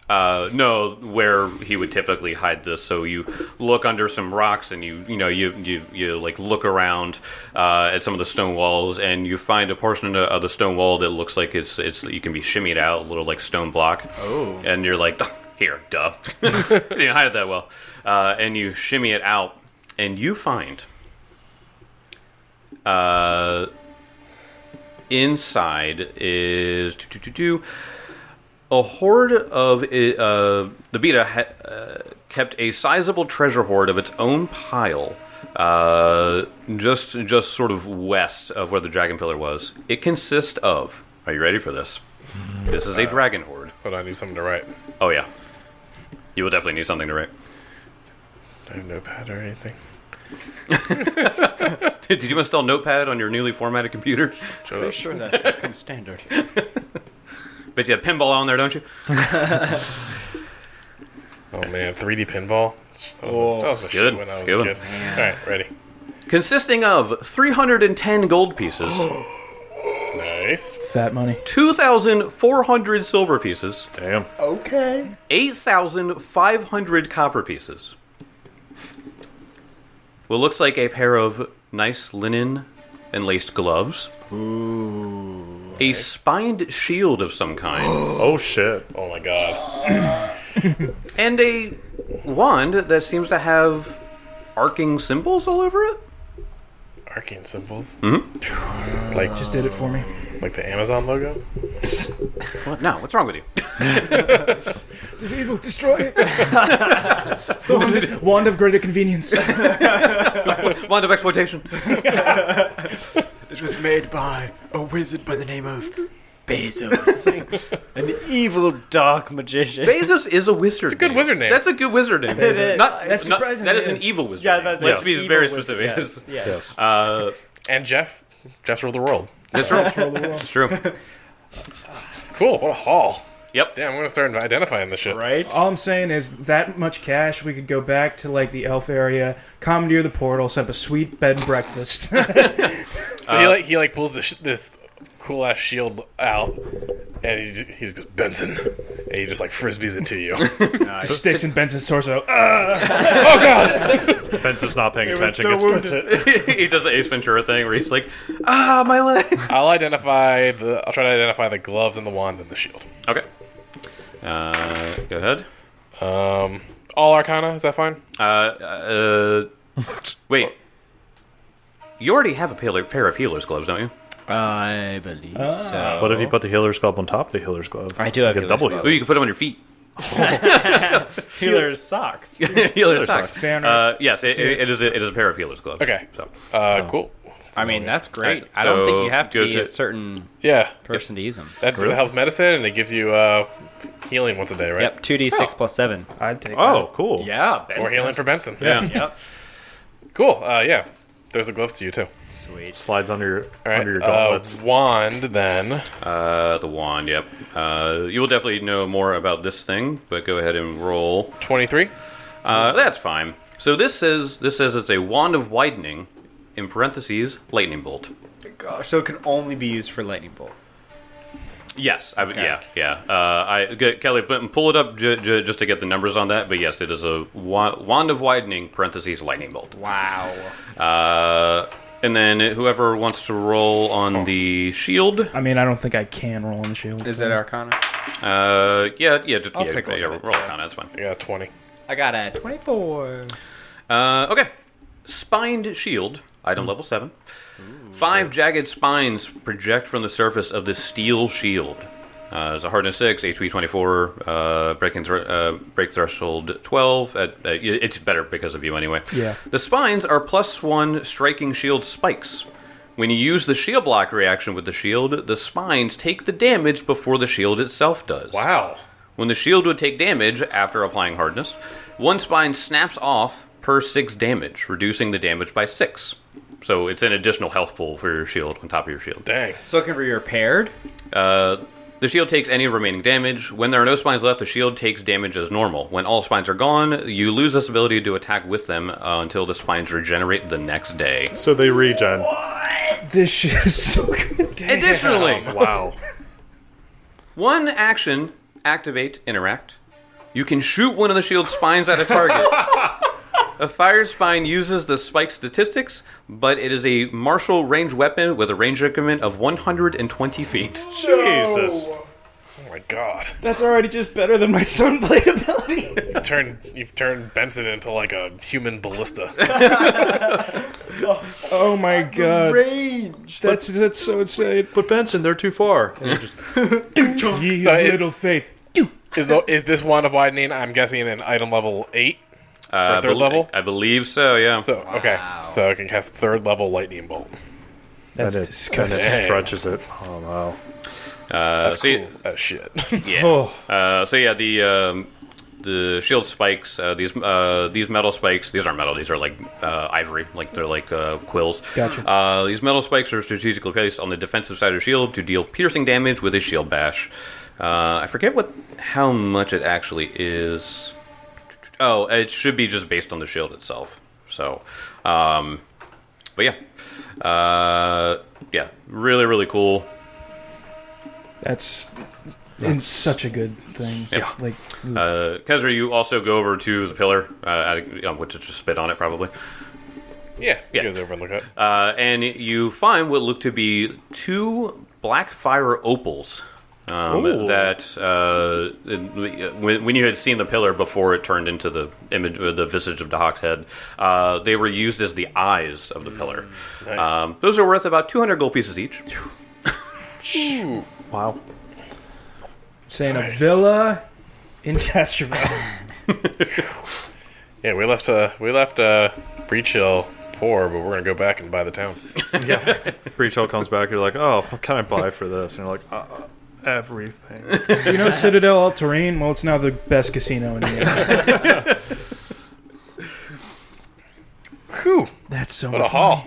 A: Uh, know where he would typically hide this, so you look under some rocks and you you know you you, you like look around uh, at some of the stone walls and you find a portion of the stone wall that looks like it's it's you can be shimmied out a little like stone block. Oh, and you're like here, duh, you didn't hide it that well, uh, and you shimmy it out and you find uh, inside is two, two, two, two, a horde of uh, the Beta ha- uh, kept a sizable treasure hoard of its own pile. Uh, just, just sort of west of where the dragon pillar was. It consists of. Are you ready for this? This is a dragon horde.
E: But I need something to write.
A: Oh yeah, you will definitely need something to write.
E: I have no pad or anything.
A: Did you install Notepad on your newly formatted computers?
C: Pretty sure that's comes standard.
A: Bet you have pinball on there, don't you?
E: Oh man, 3D pinball. That
F: Oh,
E: was, that was my
A: Good.
E: shit when I was
A: Good
E: a
A: one.
E: kid. All right, ready.
A: Consisting of 310 gold pieces,
E: Nice.
B: Fat money.
A: 2,400 silver pieces,
D: Damn.
A: 8,500 copper pieces. What looks like a pair of nice linen and laced gloves. Ooh. A spined shield of some kind.
D: Oh shit.
E: Oh my god.
A: and a wand that seems to have arcing symbols all over it?
E: Arcane symbols. Mm-hmm. Like
B: Just did it for me.
E: like the Amazon logo.
A: What? No, what's wrong with you?
B: Does evil destroy it? wand, wand of greater convenience.
A: Wand of exploitation.
H: It was made by a wizard by the name of Bezos.
F: An evil dark magician.
A: Bezos is a wizard. It's a
E: good wizard name.
A: That's a good wizard name.
F: is.
A: Not,
B: That's
A: not-
B: surprising
A: That
B: it
A: is an
B: is.
A: evil wizard.
F: Yeah,
A: name.
F: that's-
A: Let's
F: yes.
A: be
F: Evil
A: very
F: wizard,
A: specific.
F: yes, yes.
A: Uh,
E: And Jeff. Jeff's rule the world.
A: that's true. That's true.
E: Cool. What a haul.
A: Yep.
E: Damn, I'm gonna start identifying this shit.
F: Right?
B: All I'm saying is that much cash, we could go back to like the elf area, commandeer the portal, set up a sweet bed and breakfast.
E: So he like he like pulls this, this cool ass shield out, and he just, he just goes Benson, and he just like frisbees it to you.
B: Sticks in Benson's torso. Ah!
D: Ben's just not paying
F: was
D: attention.
F: still
D: Gets
F: wounded.
D: wounded.
A: he does the Ace Ventura thing where he's like, ah, my leg.
E: I'll identify the I'll try to identify the gloves and the wand and the shield.
A: Okay. Uh, go ahead.
E: Um, all Arcana is that fine?
A: Uh, uh, wait. You already have a pair of- pair of healer's gloves, don't you?
C: I believe so.
D: What if you put the healer's glove on top of the healer's glove?
C: I do have
D: You get double
A: Ooh, you can put them on your feet.
F: Healer's socks.
A: healer's socks.
B: Fair enough.
A: Uh, yes, it, it is. A, it is a pair of healer's gloves.
E: Okay.
A: So,
E: Uh, cool.
C: I mean, that's great.
A: Alright,
C: I don't think
A: so
C: you have to
A: go
C: be
A: to-
C: a certain
E: Yeah,
C: person to use them.
E: that helps medicine and it gives you uh, healing once a day, right?
C: Yep, 2d6 plus 7.
B: I'd take
D: Oh, cool.
C: Yeah,
E: Or healing for Benson.
A: yeah.
E: Cool. Uh, yeah. There's the gloves to you too.
C: Sweet.
D: Slides under your
E: All right.
D: under your
E: uh,
D: gauntlets.
E: wand then.
A: Uh, the wand. Yep. Uh, you will definitely know more about this thing, but go ahead and roll.
E: Twenty three.
A: Uh, that's fine. So this says this says it's a wand of widening, in parentheses lightning bolt.
C: Gosh, so it can only be used for lightning bolt.
A: Yes. I, would Yeah. Yeah. Uh, I g- Kelly, but pull it up j- j- just to get the numbers on that. But yes, it is a wa- wand of widening parentheses lightning bolt.
C: Wow.
A: Uh, and then whoever wants to roll on
C: Oh.
A: the shield,
B: I mean, I don't think I can roll on the shield.
C: Is that Arcana?
A: uh, yeah, yeah, just,
C: I'll
A: yeah,
C: take a look
A: yeah,
C: at it.
A: roll on that's fine.
E: I got a twenty.
C: I got a 24.
A: Uh, okay. Spined shield, item level 7. Five jagged spines project from the surface of this steel shield. Uh, it's a hardness 6, HP 24, uh, breaking thr- uh, break threshold 12. At, uh, it's better because of you anyway.
B: Yeah.
A: The spines are plus 1 striking shield spikes. When you use the shield block reaction with the shield, the spines take the damage before the shield itself does.
E: Wow.
A: When the shield would take damage after applying hardness, one spine snaps off per six damage, reducing the damage by six. So it's an additional health pool for your shield on top of your shield.
E: Dang.
C: So it can be repaired?
A: Uh, the shield takes any remaining damage. When there are no spines left, the shield takes damage as normal. When all spines are gone, you lose this ability to attack with them uh, until the spines regenerate the next day.
D: So they regen.
B: This shit is so good.
A: Additionally,
D: Wow.
A: One action, activate, interact. You can shoot one of the shield's spines at a target. a fire spine uses the spike statistics, but it is a martial range weapon with a range increment of 120 feet.
D: Jesus.
E: Oh my god.
B: That's already just better than my Sunblade ability.
E: You've turned you've turned Benson into like a human ballista.
B: Oh my god.
H: Range.
B: That's that's so insane.
D: But Benson, they're too far.
B: Ye
E: So
B: of
E: it-
B: little faith.
E: is the, is this wand of widening? I'm guessing an item level eight.
A: Uh,
E: For third
A: I bel-
E: level?
A: I believe so, yeah.
E: So okay, so I can cast third level lightning bolt.
B: That's
D: and it,
B: disgusting.
D: And
E: Dang.
D: it stretches it. Oh wow.
A: uh,
E: That's
A: so,
E: cool. Oh shit.
A: yeah. Uh, so yeah, the um, the shield spikes. Uh, these uh, these metal spikes. These aren't metal. These are like uh, ivory. Like they're like uh, quills.
B: Gotcha.
A: Uh, these metal spikes are strategically placed on the defensive side of the shield to deal piercing damage with a shield bash. Uh, I forget what how much it actually is. Oh, it should be just based on the shield itself. So, um, but yeah, uh, yeah, really, really cool.
B: That's in such a good thing.
A: Yeah.
B: Like
A: Uh, Kezra, you also go over to the pillar, uh, I- um, which is just spit on it probably,
E: Yeah, he
A: Yeah.
E: goes over and look at. it.
A: uh, and you find what look to be two black fire opals. Um,
E: Ooh.
A: that uh, it- when, when you had seen the pillar before it turned into the image, uh, the visage of Dahak's head, uh, they were used as the eyes of the pillar. Um, those are worth about 200 gold pieces each.
B: wow. Saying a villa in Castroville.
E: Yeah, we left uh we left uh Breach Hill poor, but we're gonna go back and buy the town.
D: Breach Hill comes back. You're like, oh, what can I buy for this? And you're like, uh, everything.
B: Do you know Citadel All Terrain? Well, it's now the best casino in the area.
E: Whew,
B: That's so
E: what a
B: much.
E: haul.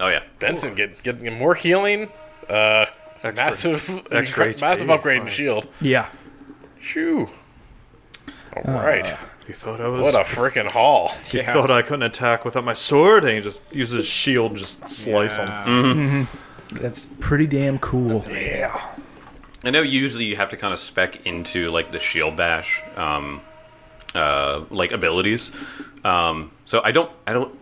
A: Oh yeah,
E: Benson get getting more healing. Uh massive
D: extra HP.
E: massive upgrade in shield.
B: Yeah.
E: Shoo. Alright.
D: You thought I was.
E: what a freaking haul.
D: He thought I couldn't attack without my sword, and he just uses his shield and just slice him.
B: That's pretty damn cool.
A: I know usually you have to kind of spec into like the shield bash, um, uh, like abilities. Um, so I don't, I don't.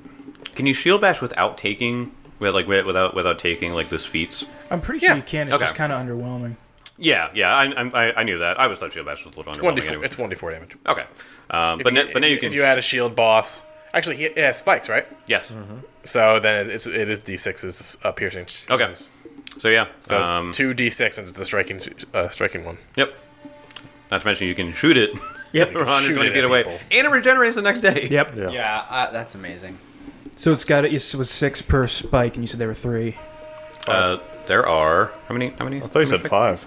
A: Can you shield bash without taking, with- like wi- without without taking like this feats?
B: I'm pretty sure you can. It's
A: Okay.
B: just kind of underwhelming.
A: Yeah, yeah. I I, I- I knew that. I was thought shield bash was a little
E: One D
A: underwhelming
E: four
A: anyway.
E: it's one D four damage.
A: Okay, um, but now, but now you can.
E: if you add a Mm-hmm. shield boss. Actually he it has spikes, right?
A: yes.
E: So then it, it's it is D sixes uh, piercing.
A: Okay. So yeah.
E: So it's
A: um,
E: two D six and it's the striking uh, striking one.
A: Yep. Not to mention you can shoot it. Yep.
E: Shoot
A: 120
E: it
A: feet
E: at
A: away,
E: people.
A: and it regenerates the next day.
B: Yep.
C: Yeah, uh, that's amazing.
B: So it's got it was six per spike, and you said there were three.
A: Uh, there are how many? How many?
D: I thought he said five.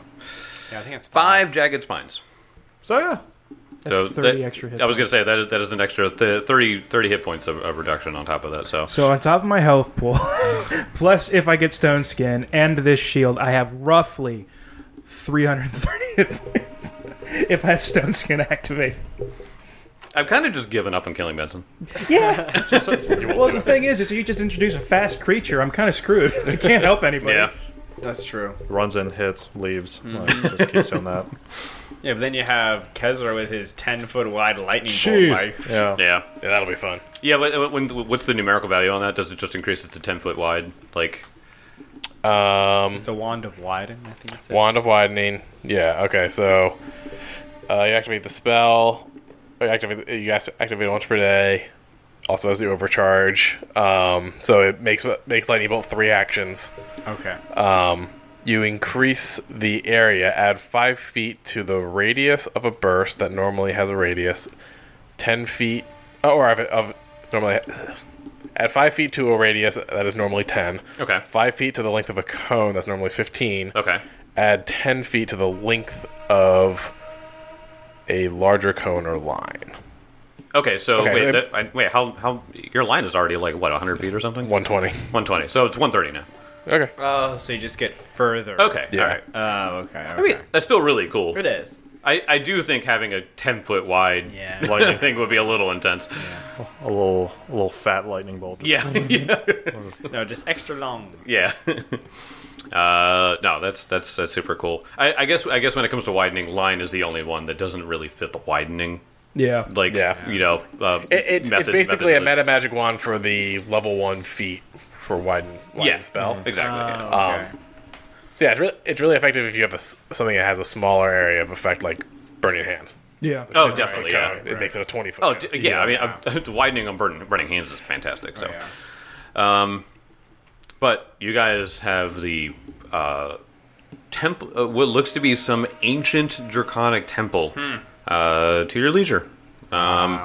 C: Yeah, I think it's
A: Five jagged spines.
D: So yeah,
B: That's
A: so
B: 30
A: that-
B: extra hit
A: I was going to
B: points.
A: say that is, that is an extra th- 30, 30 hit points of, of reduction on top of that. So,
B: So on top of my health pool, plus if I get stone skin and this shield, I have roughly 330 hit points. If I have stone skin activated.
A: I've kind of just given up on killing Benson.
B: Yeah. well, the thing is, is you just introduce a fast creature, I'm kind of screwed. I can't help anybody.
A: Yeah.
C: That's true.
D: runs in, hits, leaves. Like, just keeps doing that.
F: Yeah, but then you have Kezra with his ten foot wide lightning bolt. Like,
D: Yeah.
A: Yeah.
E: Yeah, that'll be fun.
A: Yeah. But when, what's the numerical value on that? Does it just increase it to ten foot wide? Like,
E: Um,
F: it's a wand of widen. I think. It's
E: Wand of Widening. Yeah. Okay. So uh, you activate the spell. or You activate. You as- activate it once per day. Also has the overcharge. Um, so it makes makes lightning bolt three actions.
F: Okay.
E: Um, you increase the area. Add five feet to the radius of a burst that normally has a radius. Ten feet, oh, or of, of normally. Add five feet to a radius that is normally ten.
A: okay.
E: Five feet to the length of a cone that's normally fifteen
A: Okay.
E: add 10 feet to the length of a larger cone or line.
A: Okay. So
E: Okay,
A: wait,
E: I-
A: that, I, wait. How how your line is already like what hundred feet or something?
E: 120.
A: One twenty. So it's one thirty now.
E: Okay.
F: Oh, so you just get further.
A: Okay.
E: Yeah.
A: All right.
F: Oh, okay.
A: I mean, that's still really cool.
F: it is.
A: I, I do think having a ten foot wide
F: Yeah.
A: lightning thing would be a little intense.
D: A little, a little fat lightning bolt.
A: Yeah. yeah.
F: No, just extra long.
A: Yeah. Uh, no, that's that's that's super cool. I, I guess I guess when it comes to widening, line is the only one that doesn't really fit the widening.
B: Yeah.
A: Like,
E: Yeah.
A: you know, uh,
E: It, it's,
A: method-
E: it's basically
A: methodology.
E: a meta magic wand for the level 1 feat for widen, widen
A: yeah Mm-hmm.
E: spell.
A: Exactly. yeah.
E: Um, so yeah, it's really, it's really effective if you have a s something that has a smaller area of effect, like Burning Hands.
B: Yeah.
A: Oh, definitely. Yeah.
E: Cone, It makes it a 20 foot.
A: Oh,
E: cone.
A: d- yeah. I mean, i widening on burning, burning hands is fantastic.
C: Oh,
A: So, um, but you guys have the uh, temple, uh, what looks to be some ancient draconic temple, uh, to your leisure. Um,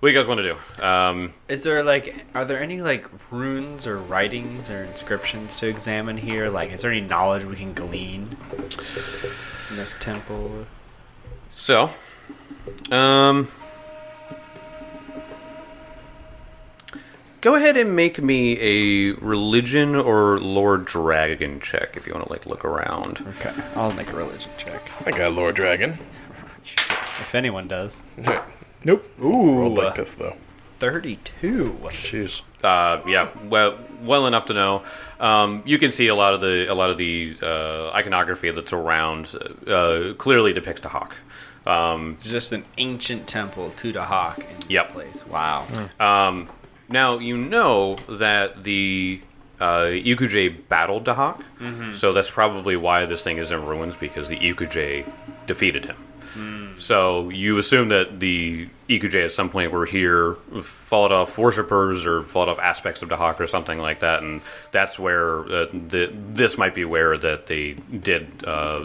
A: What do you guys want to do? Um,
C: Is there like, are there any like runes or writings or inscriptions to examine here? Like, is there any knowledge we can glean in this temple?
A: So, Um, go ahead and make me a religion or lore dragon check if you want to like look around.
C: Okay, I'll make a religion check.
E: I got Lord Dragon.
C: If anyone does.
B: Nope.
E: Ooh. like this though.
C: 32.
D: Jeez.
A: Uh, yeah, well, well enough to know. Um, you can see a lot of the a lot of the uh, iconography that's around uh, clearly depicts the hawk. Um,
C: It's just an ancient temple to the hawk in this
A: Yep.
C: place. Wow.
A: um, now you know that the uh, Ikuje battled Dahak, so that's probably why this thing is in ruins because the Ikuje defeated him. So you assume that the Ikuje at some point were here, fought off worshippers or fought off aspects of Dahak or something like that, and that's where uh, the, this might be where that they did uh,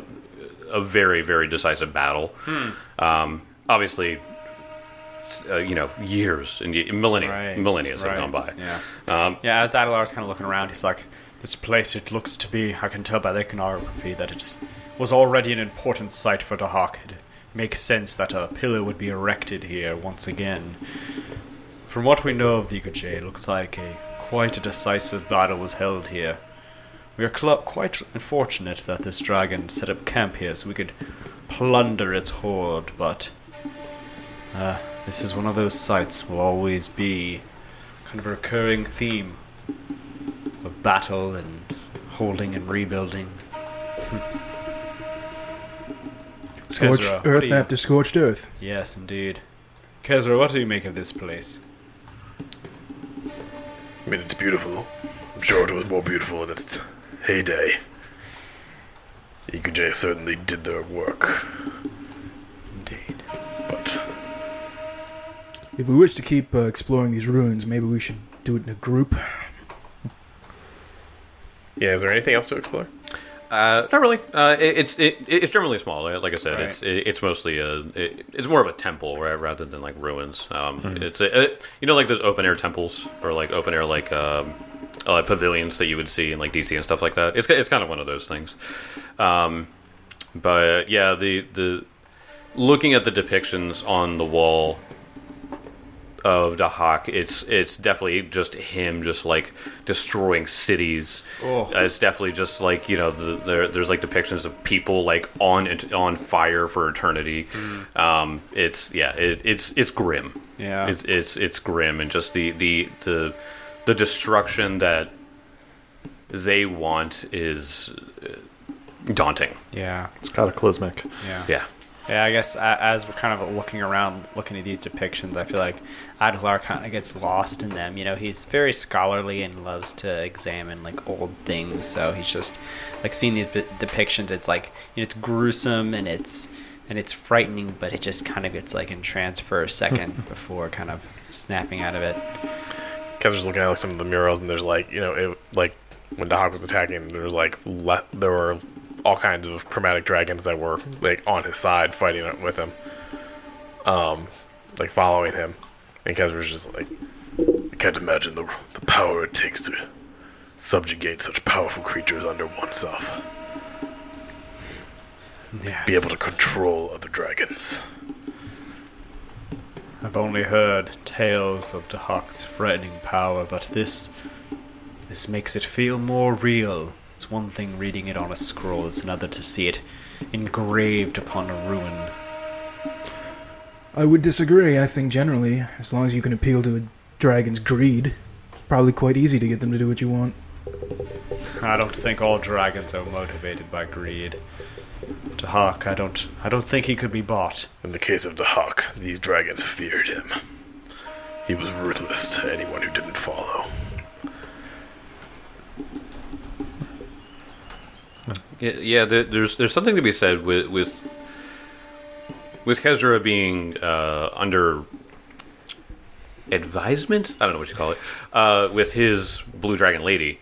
A: a very very decisive battle.
C: Hmm.
A: Um, obviously, uh, you know, years and ye- millennia,
C: Right.
A: millennia have
C: Right.
A: gone by.
C: Yeah.
A: Um,
C: Yeah, as Adelar's kind of looking around, he's like, this place, it looks to be, I can tell by the iconography that it is, was already an important site for Dahak. It makes sense that a pillar would be erected here once again. From what we know of the Ikuche, it looks like a quite a decisive battle was held here. We are cl- quite unfortunate that this dragon set up camp here so we could plunder its hoard, but uh, this is one of those sites will always be kind of a recurring theme of battle and holding and rebuilding.
B: Scorched
C: Ezra, what
B: earth
C: do you-
B: after scorched earth.
C: Yes, indeed. Kezra, what do you make of this place?
E: I mean, it's beautiful. I'm sure it was more beautiful in its heyday. EQJ certainly did their work,
C: Indeed.
E: but
B: If we wish to keep uh, exploring these ruins, maybe we should do it in a group.
E: yeah. Is there anything else to explore?
A: Uh, not really. Uh, it, it's it, it's generally small. Uh, Like I said,
C: Right.
A: it's it, it's mostly a it, it's more of a temple right, rather than like ruins. Um, It's a, it, you know like those open air temples or like open air like um, uh, pavilions that you would see in like DC and stuff like that. It's ki- it's kind of one of those things. Um, but yeah, the the looking at the depictions on the wall of Dahak, it's it's definitely just him just like destroying cities.
C: Oh.
A: Uh, it's definitely just like you know the, there, there's like depictions of people like on it- on fire for eternity. Um, it's yeah, it, it's it's grim.
C: Yeah.
A: it's it's it's grim and just the the the the destruction that they want is uh, daunting.
C: Yeah,
D: It's cataclysmic.
C: yeah.
A: Yeah.
C: Yeah, I guess a as we're kind of looking around, looking at these depictions, I feel like Adelar kind of gets lost in them. You know, he's very scholarly and loves to examine like old things. So he's just like seeing these bi- depictions. It's like you know, it's gruesome and it's and it's frightening, but it just kind of gets like entranced for a second before kind of snapping out of it.
E: Kevin's looking at like some of the murals, and there's like you know, it like when the hawk was attacking, there was like le- there were all kinds of chromatic dragons that were like on his side fighting it with him, um, like following him, and Kevin was just like, I can't imagine the the power it takes to subjugate such powerful creatures under oneself,
C: Yes.
E: be able to control other dragons.
C: I've only heard tales of Dahak's threatening power, but this this makes it feel more real. It's one thing reading it on a scroll, it's another to see it engraved upon a ruin.
B: I would disagree. I think generally, as long as you can appeal to a dragon's greed, it's probably quite easy to get them to do what you want.
C: I don't think all dragons are motivated by greed. Dahak, I don't I don't think he could be bought.
E: In the case of the hawk, these dragons feared him. He was ruthless to anyone who didn't follow.
A: Yeah, yeah there, there's there's something to be said with with with Kezra being uh, under advisement. I don't know what you call it. Uh, with his blue dragon lady,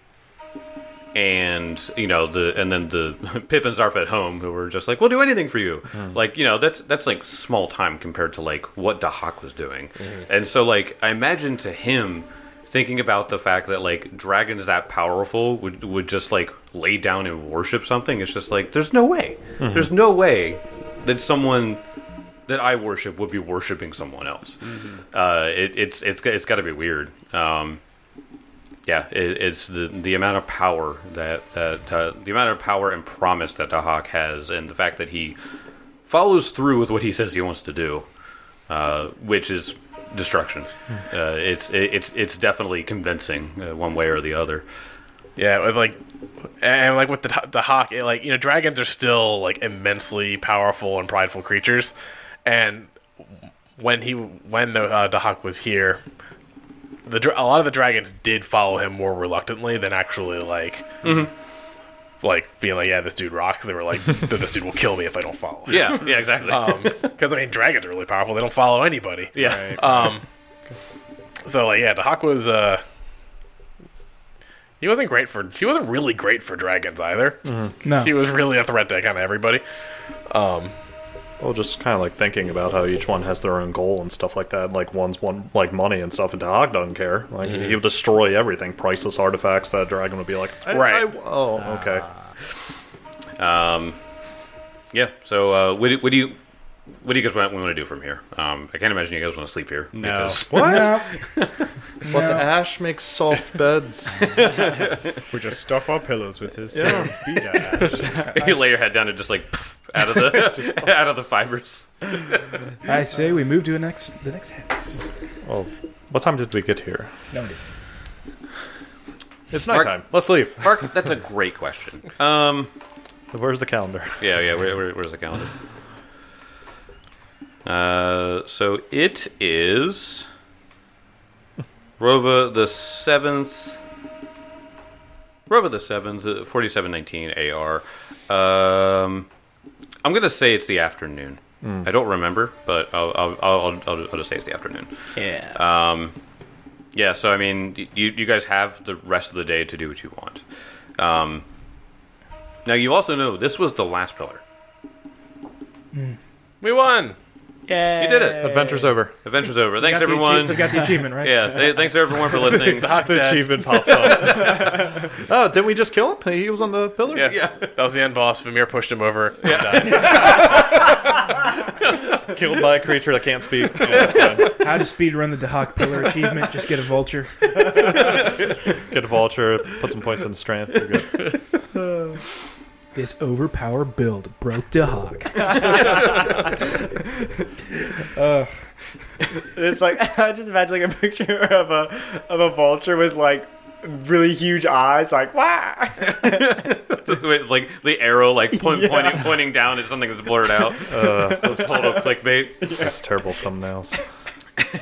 A: and you know the and then the Pip and Zarf at home who were just like, "We'll do anything for you." Like you know that's that's like small time compared to like what Dahak was doing, and so like I imagine to him thinking about the fact that like dragons that powerful would would just like lay down and worship something. It's just like there's no way, there's no way that someone that I worship would be worshiping someone else. Uh, it, it's it's it's got to be weird. Um, yeah, it, it's the the amount of power that that uh, the amount of power and promise that Dahak has, and the fact that he follows through with what he says he wants to do, uh, which is destruction. Uh, it's it, it's it's definitely convincing uh, one way or the other.
E: Yeah, with like, and like with the the hawk, it like you know, dragons are still like immensely powerful and prideful creatures, and when he when the uh, the hawk was here, the dra- a lot of the dragons did follow him more reluctantly than actually like.
A: Mm-hmm.
E: Like being like, yeah, this dude rocks. They were like, this dude will kill me if I don't follow. him.
A: Yeah, yeah, exactly.
E: because I mean, dragons are really powerful. They don't follow anybody.
A: yeah, Uh,
E: Um. So like, yeah, Dahak was uh. He wasn't great for. He wasn't really great for dragons either.
B: No.
E: He was really a threat to kind of everybody. Um.
D: Well, just kind of like thinking about how each one has their own goal and stuff like that. Like one's one like money and stuff, and Dahag doesn't care. Like he would destroy everything, priceless artifacts. That dragon would be like, I-
E: Right.
D: I- oh, okay.
A: Um, yeah. So uh, what, do, what do you what do you guys want, want to do from here? Um, I can't imagine you guys want to sleep here. No. Because,
D: What?
B: No.
D: But
B: No.
D: the ash makes soft beds.
F: We just stuff our pillows with his
D: Yeah.
F: bead ash.
A: you lay your head down and just like pff, out of the out of the fibers.
B: I say we move to the next the next house.
D: well, what time did we get here?
B: No, we didn't.
D: It's
A: Mark-
D: nighttime. Let's leave.
A: Mark, that's a great question. Um,
D: Where's the calendar?
A: yeah, yeah. Where, where, where's the calendar? Uh, so it is Rova the seventh. Rova the seventh, uh, forty-seven nineteen AR. Um, I'm gonna say it's the afternoon. I don't remember, but I'll I'll, I'll, I'll, I'll just say it's the afternoon. Um,
C: Yeah.
A: Yeah, so I mean, y- you you guys have the rest of the day to do what you want. Um, now you also know this was the last pillar.
E: We won.
A: You did it.
D: Adventure's over.
A: Adventure's over. Thanks
B: Got the achie-
A: everyone.
B: We got the achievement, right?
A: Yeah, th- thanks everyone for listening.
D: The achievement pops up. oh, didn't we just kill him? He was on the pillar.
E: Yeah. That was the end boss. Vimir pushed him over.
D: Killed by a creature that can't speak.
B: How to speed run the Dahak Pillar achievement? Just get a vulture.
D: Get a vulture. Put some points in strength. You're good.
B: This overpower build broke Dahak.
F: It's like I just imagine like a picture of a of a vulture with like really huge eyes, like wow.
A: With, like the arrow, like point, pointing pointing down at something that's blurred out.
D: Uh,
A: It's total clickbait.
D: Those terrible thumbnails.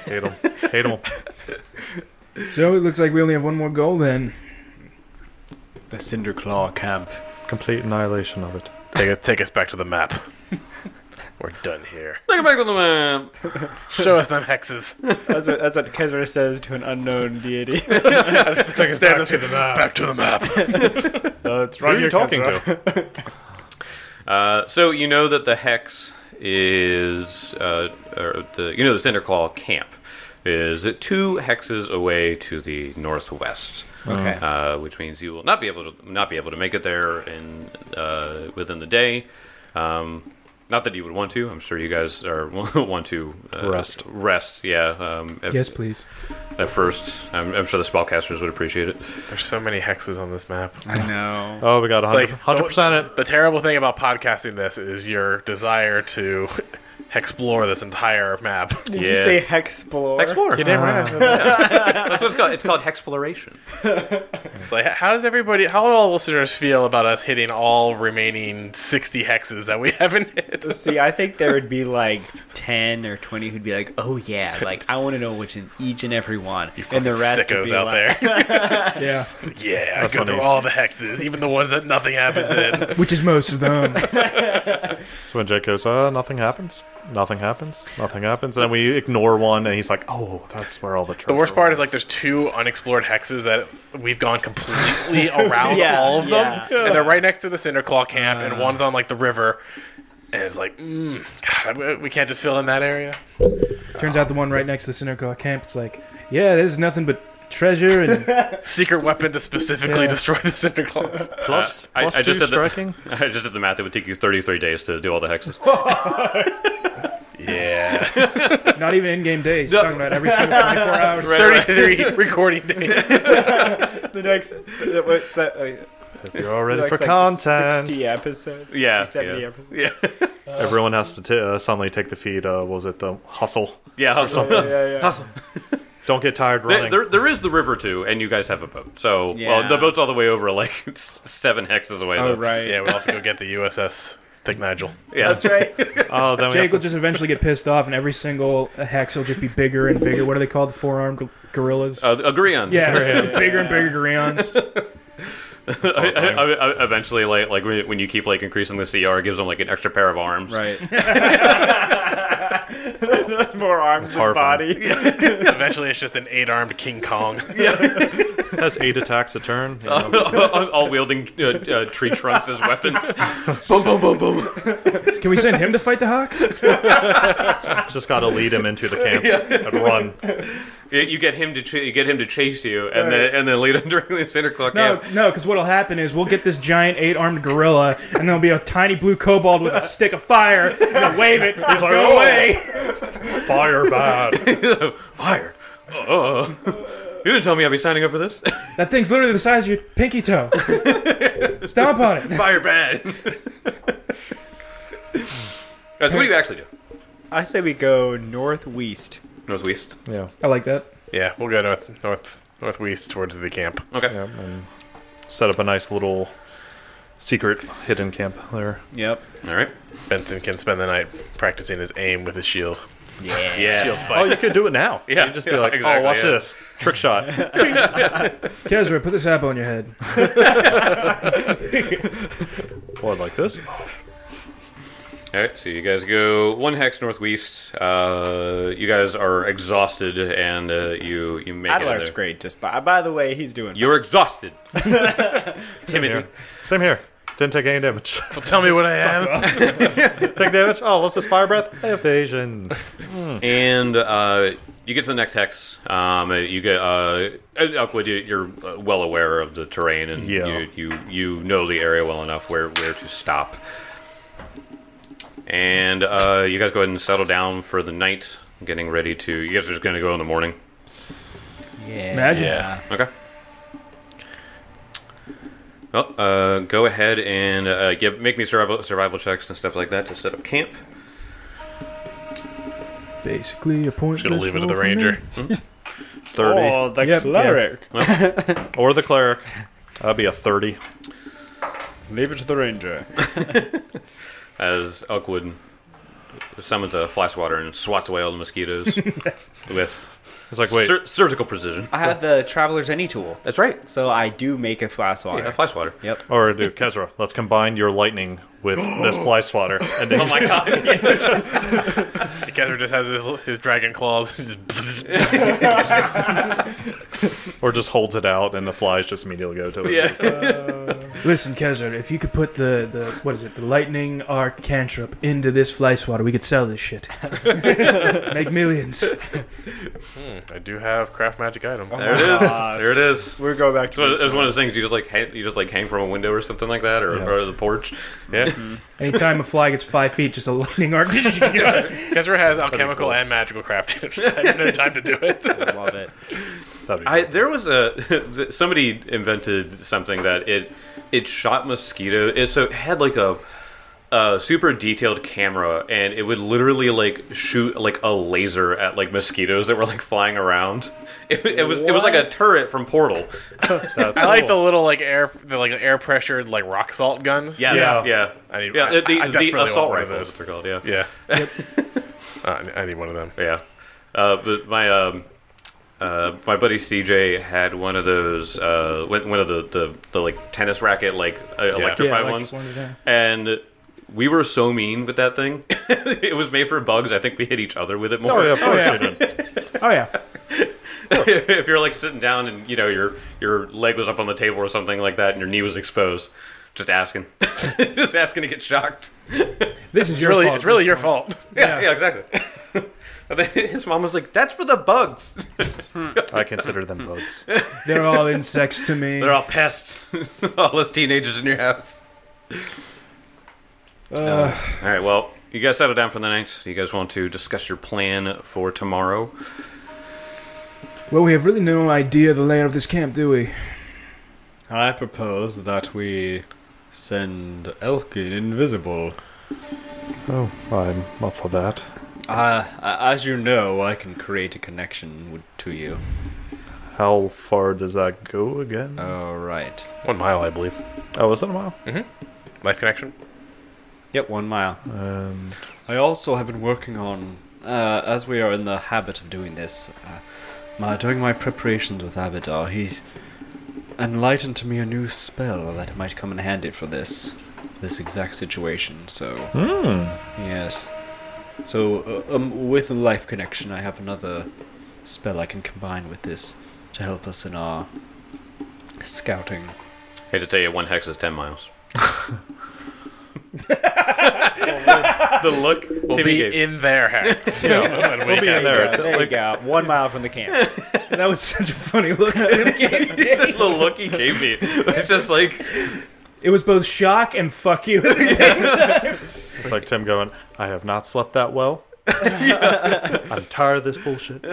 D: Hate them. Hate them.
B: so it looks like we only have one more goal then.
H: The Cinderclaw camp.
D: Complete annihilation of it.
E: Take us, take us back to the map. We're done here.
A: Look back to the map.
E: Show us them hexes.
F: That's what that's what Kezra says to an unknown deity.
E: Take us back to the map. Back to the map.
F: That's
D: Who are you talking to?
A: Uh, so you know that the hex is, uh, or the you know the Cinderclaw camp is two hexes away to the northwest.
C: okay.
A: uh, which means you will not be able to not be able to make it there in uh, within the day. Um, not that you would want to. I'm sure you guys are want to uh,
D: Rest.
A: Rest, yeah. Um, at,
B: Yes, please.
A: At first, I'm, I'm sure the spellcasters would appreciate it.
E: There's so many hexes on this map.
C: I know.
D: Oh, we got
E: It's
D: 100
E: like-
D: 100% it.
E: The terrible thing about podcasting this is your desire to explore this entire map.
F: Did
A: Yeah.
F: you say hexplore?
A: Explore.
E: Damn right.
A: That's what it's called. It's called hexploration.
E: It's like, how does everybody, how do all listeners feel about us hitting all remaining 60 hexes that we haven't hit?
F: See, I think there would be like
C: 10 or 20 who'd be like, oh yeah, like I want to know what's in each and every one.
E: Fucking
C: and the rest would
E: sickos
C: be
E: out
C: like,
E: there.
B: Yeah.
E: yeah, I
D: That's
E: go
D: funny.
E: through all the hexes, even the ones that nothing happens in.
B: Which is most of them.
D: So when Jake goes, uh, nothing happens. Nothing happens. Nothing happens. And then we ignore one, and he's like, oh, that's where all the treasure
E: The worst part is
D: was."
E: like there's two unexplored hexes that we've gone completely around
F: Yeah,
E: all of them,
F: yeah.
E: and they're right next to the Cinderclaw camp, and one's on like the river, and it's like, mm, God, we- we can't just fill in that area.
B: Turns out the one right next to the Cinderclaw camp is like, yeah, there's nothing but treasure and
E: Secret weapon to specifically
B: Yeah.
E: destroy the Cinderclaws.
D: plus,
A: I-
D: plus
A: I just
D: two
A: did the-
D: striking.
A: I just did the math. It would take you 33 days to do all the hexes.
E: Yeah.
B: Not even in game days. Talking about every single 24 hours.
E: 33 recording days.
F: The next, what's that? Like,
D: You're all ready
F: like,
D: for
F: like
D: content.
F: 60 episodes. 60,
A: Yeah,
F: 70
A: yeah.
F: episodes.
A: Yeah,
D: Everyone has to t- uh, suddenly take the feed. Uh, what was it the hustle?
A: yeah. Hustle.
F: Yeah, yeah, yeah.
D: Don't get tired
A: There,
D: running.
A: there, there is the river too, and you guys have a boat. So, well,
C: Yeah.
A: the boat's all the way over, like seven hexes away.
F: Oh,
A: though.
E: Right. Yeah, we'll have to go get the USS Thick Nigel.
A: Yeah,
F: That's right.
D: oh, then we
B: Jake will
D: have to,
B: just eventually get pissed off, and every single hex will just be bigger and bigger. What are they called? The four armed gorillas?
A: Uh, agree on.
B: yeah, bigger and bigger gorillas.
A: I, I, I- eventually, like like when, when you keep like increasing the CR, it gives them like an extra pair of arms.
C: Right.
F: More arms and body.
D: horrifying.
E: Eventually, it's just an eight armed King Kong.
D: has eight attacks a turn. Yeah.
A: all, all wielding uh, uh, tree trunks as weapons.
B: Can we send him to fight the hawk?
D: just got to lead him into the camp and run.
A: You- You get him to ch- you get him to chase you, and then and then later during the center clock.
B: No, no, because what'll happen is we'll get this giant eight-armed gorilla, and there'll be a tiny blue kobold with a stick of fire, and he'll wave it, and he's like,
D: "Oh."
B: go away.
D: Fire bad.
A: fire. Oh. You didn't tell me I'd be signing up for this.
B: That thing's literally the size of your pinky toe. Stomp on it.
A: Fire bad. Guys, what do you actually do?
F: I say we go northwest.
A: Northwest.
D: Yeah.
B: I like that.
E: yeah, we'll go north, north, northwest towards the camp.
A: Okay.
D: yeah. And set up a nice little secret hidden camp there.
C: Yep.
A: All right.
E: Benson can spend the night practicing his aim with his shield.
A: Yeah.
E: Shield
D: Oh,
E: spikes.
D: you could do it now.
A: Yeah,
D: You'd just be
A: yeah,
D: like,
A: exactly,
D: oh, watch
A: yeah.
D: this trick shot.
B: Kezra, put this apple on your head.
D: what, like this?
A: All right, so you guys go one hex northwest. Uh, you guys are exhausted, and uh, you you make it. out
F: Adler's
A: there.
F: great. Just by, by the way, he's doing.
A: You're exhausted. Timid.
D: Here. Same here. Didn't take any damage.
E: Tell me what I am.
D: take damage. Oh, what's this fire breath? Evasion.
A: And uh, you get to the next hex. Um, you get uh, Elkwood. you- You're uh, well aware of the terrain, and
D: Yeah.
A: you, you you know the area well enough where where to stop. And uh, you guys go ahead and settle down for the night, getting ready to. You guys are just going to go in the morning.
C: Yeah.
B: Imagine.
A: Okay. Well, uh, go ahead and uh, give make me survival survival checks and stuff like that to set up camp.
B: Basically, a point.
E: Gonna leave it to the ranger.
D: 30.
F: the
B: Yep,
F: cleric.
D: Or the cleric. That'd be a 30.
F: Leave it to the ranger.
A: as Elkwood summons a flash water and swats away all the mosquitoes with
D: It's like, wait,
A: sur- surgical precision.
C: I have the Traveler's Any tool,
A: That's right.
C: so I do make a flask water.
A: Oh, Yeah, flash water.
D: or do Kezra, let's combine your lightning with this fly swatter. And then
A: Oh my god.
E: Kezra just has his, his dragon claws. Just
D: or just holds it out and the flies just immediately go to it.
A: yeah.
B: Listen, Kezra, if you could put the, the what is it, the lightning arc cantrip into this fly swatter, we could sell this shit. Make millions.
E: I do have craft magic item.
A: There it is. There it is.
F: We'll go back
A: So
F: to
A: it's one of those things you just like hang, you just like hang from a window or something like that, or, or the porch. Yeah.
B: Anytime a fly gets five feet, just a lightning arc.
E: Kezra has alchemical and magical craft. I have no time to do it.
C: Love it.
D: That'd be
A: I
D: cool.
A: there was a somebody invented something that it it shot mosquito. It, so it had like a a super detailed camera, and it would literally like shoot like a laser at like mosquitoes that were like flying around. It, it was it was like a turret from Portal.
D: That's
E: I like the
D: cool.
E: little like air, the like air pressured like rock salt guns.
A: Yeah, yeah.
D: Yeah.
A: yeah.
E: I need-
A: yeah,
E: I-
A: the, the
E: I desperately want
A: assault
E: one of
A: rifles.
E: those.
A: They're called. Yeah,
E: yeah. Uh, I- I need one of them.
A: yeah. Uh, but my um, uh, my buddy CJ had one of those uh, one one of the, the, the like tennis racket like uh, electrified
B: electric
A: ones.
B: ones, yeah.
A: and we were so mean with that thing. it was made for bugs. I think we hit each other with it more.
D: Oh, yeah, of course
B: yeah.
D: you did.
B: oh yeah.
A: if you're like sitting down and you know your your leg was up on the table or something like that, and your knee was exposed, just asking, just asking to get shocked.
B: This is
E: It's
B: your
E: really,
B: fault.
E: it's really your fault.
A: Yeah,
B: Yeah.
A: yeah, exactly. And then His mom was like, "That's for the bugs.
D: I consider them bugs.
B: They're all insects to me.
A: They're all pests. all those teenagers in your house."
B: Uh,
A: All right, well, you guys settle down for the night. You guys want to discuss your plan for tomorrow?
B: Well, we have really no idea the layout of this camp, do we?
I: I propose that we send Elkin invisible.
D: Oh, I'm up for that.
C: Uh, as you know, I can create a connection with, to you.
D: How far does that go again?
C: All right.
E: One mile, I believe.
D: oh, is it a mile?
E: Life connection.
C: Yep, one mile.
D: And
C: I also have been working on, uh, as we are in the habit of doing this, uh, my, during my preparations with Abadar, he's enlightened to me a new spell that might come in handy for this, this exact situation. So, Hmm. yes. So, uh, um, with the life connection, I have another spell I can combine with this to help us in our scouting.
A: Hate to tell you, one hex is ten miles. the look
E: We'll
A: Timmy
E: be
A: gave.
E: in there, Hex. You know, when we cast
D: there.
E: it.
D: Like,
F: go. One mile from the camp.
B: That was such a funny look.
A: the look he gave me. It's just like
B: it was both shock and fuck you. at the same time.
D: it's like Tim going, I have not slept that well. I'm tired of this bullshit.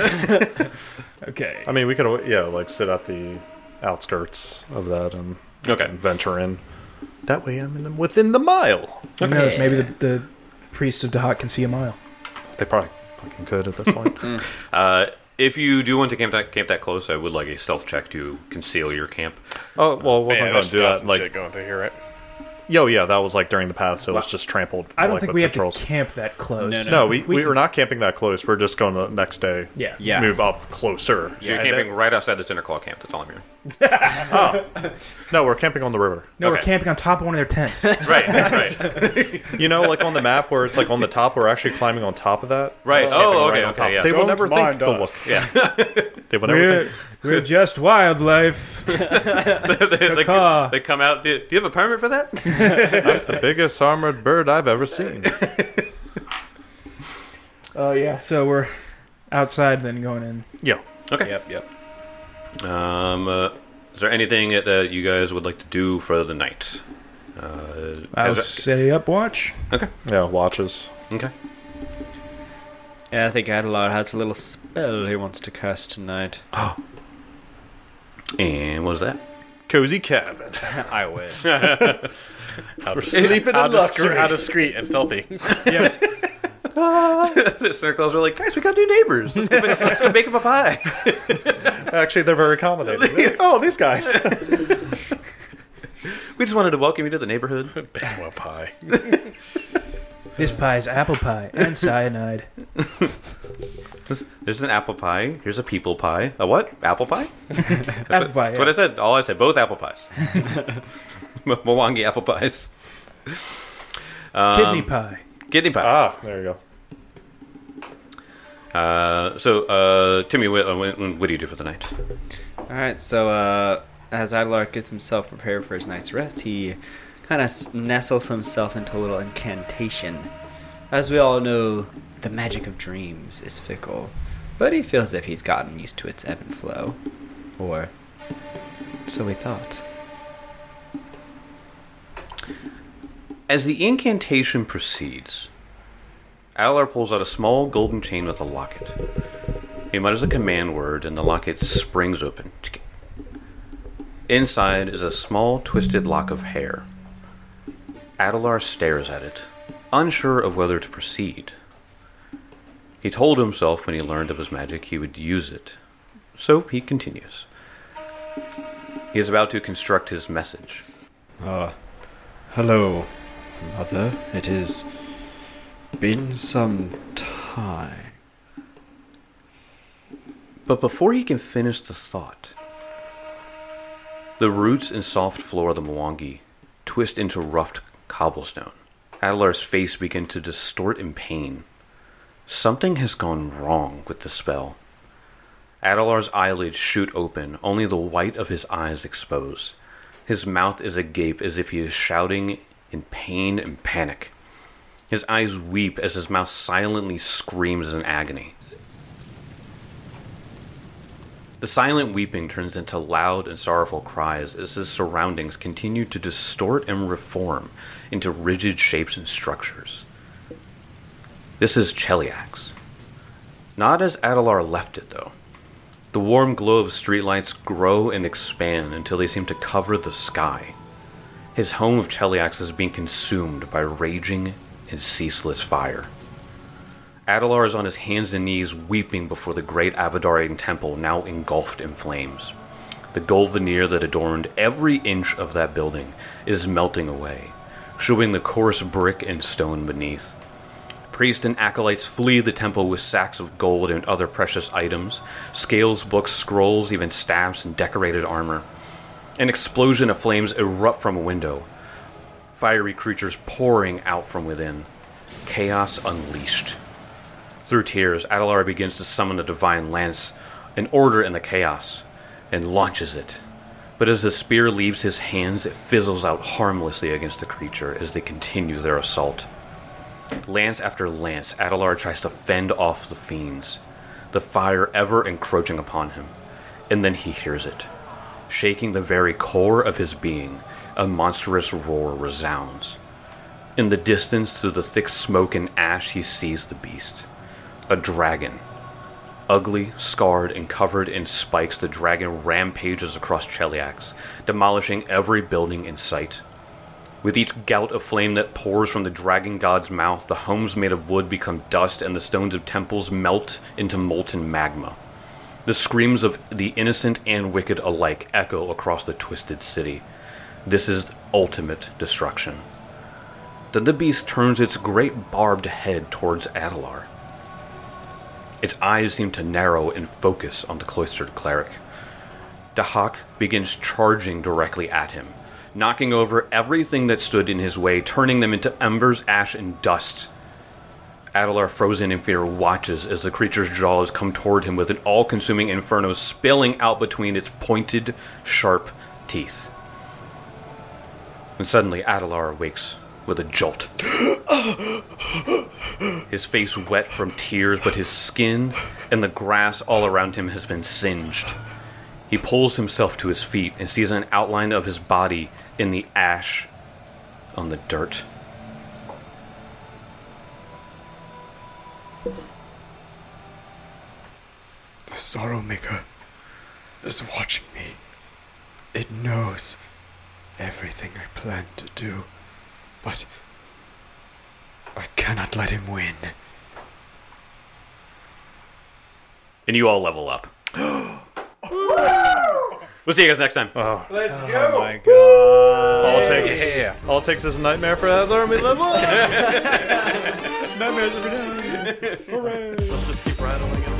B: okay.
D: I mean, we could, al- yeah, like sit at the outskirts of that and,
A: okay.
D: and venture in. That way I'm in the, within the mile.
B: Who knows? Maybe the, the priests of Dahat can see a mile.
D: They probably fucking could at this point.
A: Uh, if you do want to camp that camp that close, I would like a stealth check to conceal your camp.
D: oh, well, I wasn't
E: Man,
D: going
E: there's
D: to do that.
E: scouts and
D: Like,
E: shit going through here, right?
D: yo, yeah, that was like during the path, so it was just trampled.
B: I don't
D: like,
B: think
D: with
B: we have
D: patrols.
B: to camp that close.
D: No, we, we,
B: can-
D: were not camping that close. We're just going to next day.
B: Yeah.
C: Yeah.
D: Move up closer.
A: So you're
D: And
A: camping right outside the center claw camp. That's all I'm hearing.
D: then- no, we're camping on the river.
B: No, we're
A: Okay.
B: camping on top of one of their tents.
A: Right, right,
D: You know, like on the map where it's like on the top, we're actually climbing on top of that.
A: right. oh, okay,
D: on top.
A: okay, yeah.
D: They will
I: Don't
D: never think
I: mind
D: to look.
I: us.
A: yeah.
D: They will never
B: we're,
D: think.
B: we're just wildlife.
A: they, they- they
B: car.
A: come out. Do, do you have a permit for that?
D: That's the biggest armored bird I've ever seen.
B: Oh, yeah. So we're outside, then going in.
D: Yeah.
C: Yep, yep.
A: Um, uh, is there anything that uh, you guys would like to do for the night? Uh,
B: I'll
A: has-
B: say up watch.
D: Yeah, watches.
A: okay.
C: Yeah, I think Adelar has a little spell he wants to cast tonight.
A: And what is that?
D: Cozy cabin.
C: I wish.
E: How, dis-
D: Sleeping
E: how,
D: in
E: discreet,
D: luxury.
E: how discreet and stealthy.
A: the circles are like, guys, we got new neighbors. Let's go, make, let's go bake them a pie.
D: Actually, they're very accommodating. oh, these guys.
A: We just wanted to welcome you to the neighborhood.
E: Bam, well, pie.
B: This pie is apple pie and cyanide.
A: There's an apple pie. Here's a people pie. A what? Apple pie? That's,
B: Apple
A: what,
B: pie,
A: that's what I said. All I said. Both apple pies. M- Mwangi apple pies. Um,
B: Kidney pie.
A: Kidney pie.
D: ah, there you go.
A: Uh, so, uh, Timmy, what, uh, what, what do you do for the night?
C: All right, so uh, as Adelar gets himself prepared for his night's rest, he kind of nestles himself into a little incantation. As we all know, the magic of dreams is fickle, but he feels as if he's gotten used to its ebb and flow, or so we thought.
A: As the incantation proceeds, Alar pulls out a small golden chain with a locket. He mutters a command word, and the locket springs open. Inside is a small, twisted lock of hair. Adelar stares at it, unsure of whether to proceed. He told himself when he learned of his magic he would use it, so he continues. He is about to construct his message.
I: Hello, mother. It has been some time.
A: But before he can finish the thought, the roots and soft floor of the Mwangi twist into roughed cobblestone. Adlar's face begins to distort in pain. Something has gone wrong with the spell. Adelar's eyelids shoot open, only the white of his eyes exposed. His mouth is agape as if he is shouting in pain and panic. His eyes weep as his mouth silently screams in agony. The silent weeping turns into loud and sorrowful cries as his surroundings continue to distort and reform into rigid shapes and structures. This is Cheliax. Not as Adalar left it, though. The warm glow of streetlights grow and expand until they seem to cover the sky. His home of Cheliax is being consumed by raging and ceaseless fire. Adalar is on his hands and knees weeping before the great Avadarian temple now engulfed in flames. The gold veneer that adorned every inch of that building is melting away, showing the coarse brick and stone beneath. Priest and acolytes flee the temple with sacks of gold and other precious items, scales, books, scrolls, even staffs and decorated armor. An explosion of flames erupt from a window, fiery creatures pouring out from within. Chaos unleashed. Through tears, Adalar begins to summon the divine lance, an order in the chaos, and launches it. But as the spear leaves his hands, it fizzles out harmlessly against the creature as they continue their assault. Lance after lance, Adalar tries to fend off the fiends, the fire ever encroaching upon him. And then he hears it. Shaking the very core of his being, a monstrous roar resounds. In the distance, through the thick smoke and ash, he sees the beast. A dragon. Ugly, scarred, and covered in spikes, the dragon rampages across Cheliax, demolishing every building in sight. With each gout of flame that pours from the dragon god's mouth, the homes made of wood become dust, and the stones of temples melt into molten magma. The screams of the innocent and wicked alike echo across the twisted city. This is ultimate destruction. Then the beast turns its great barbed head towards Adalar. Its eyes seem to narrow and focus on the cloistered cleric. Dahak begins charging directly at him, knocking over everything that stood in his way, turning them into embers, ash, and dust. Adalar, frozen in fear, watches as the creature's jaws come toward him with an all consuming inferno spilling out between its pointed, sharp teeth. And suddenly, Adalar awakes with a jolt. his face wet from tears, but his skin and the grass all around him has been singed. He pulls himself to his feet and sees an outline of his body in the ash on the dirt.
H: The Sorrow Maker is watching me. It knows everything I plan to do, but I cannot let him win.
A: And you all level up. we'll see you guys next time.
B: Let's go.
D: All it takes, all it takes is a nightmare for that army level. Nightmares every day. Hooray! Let's just keep rattling it.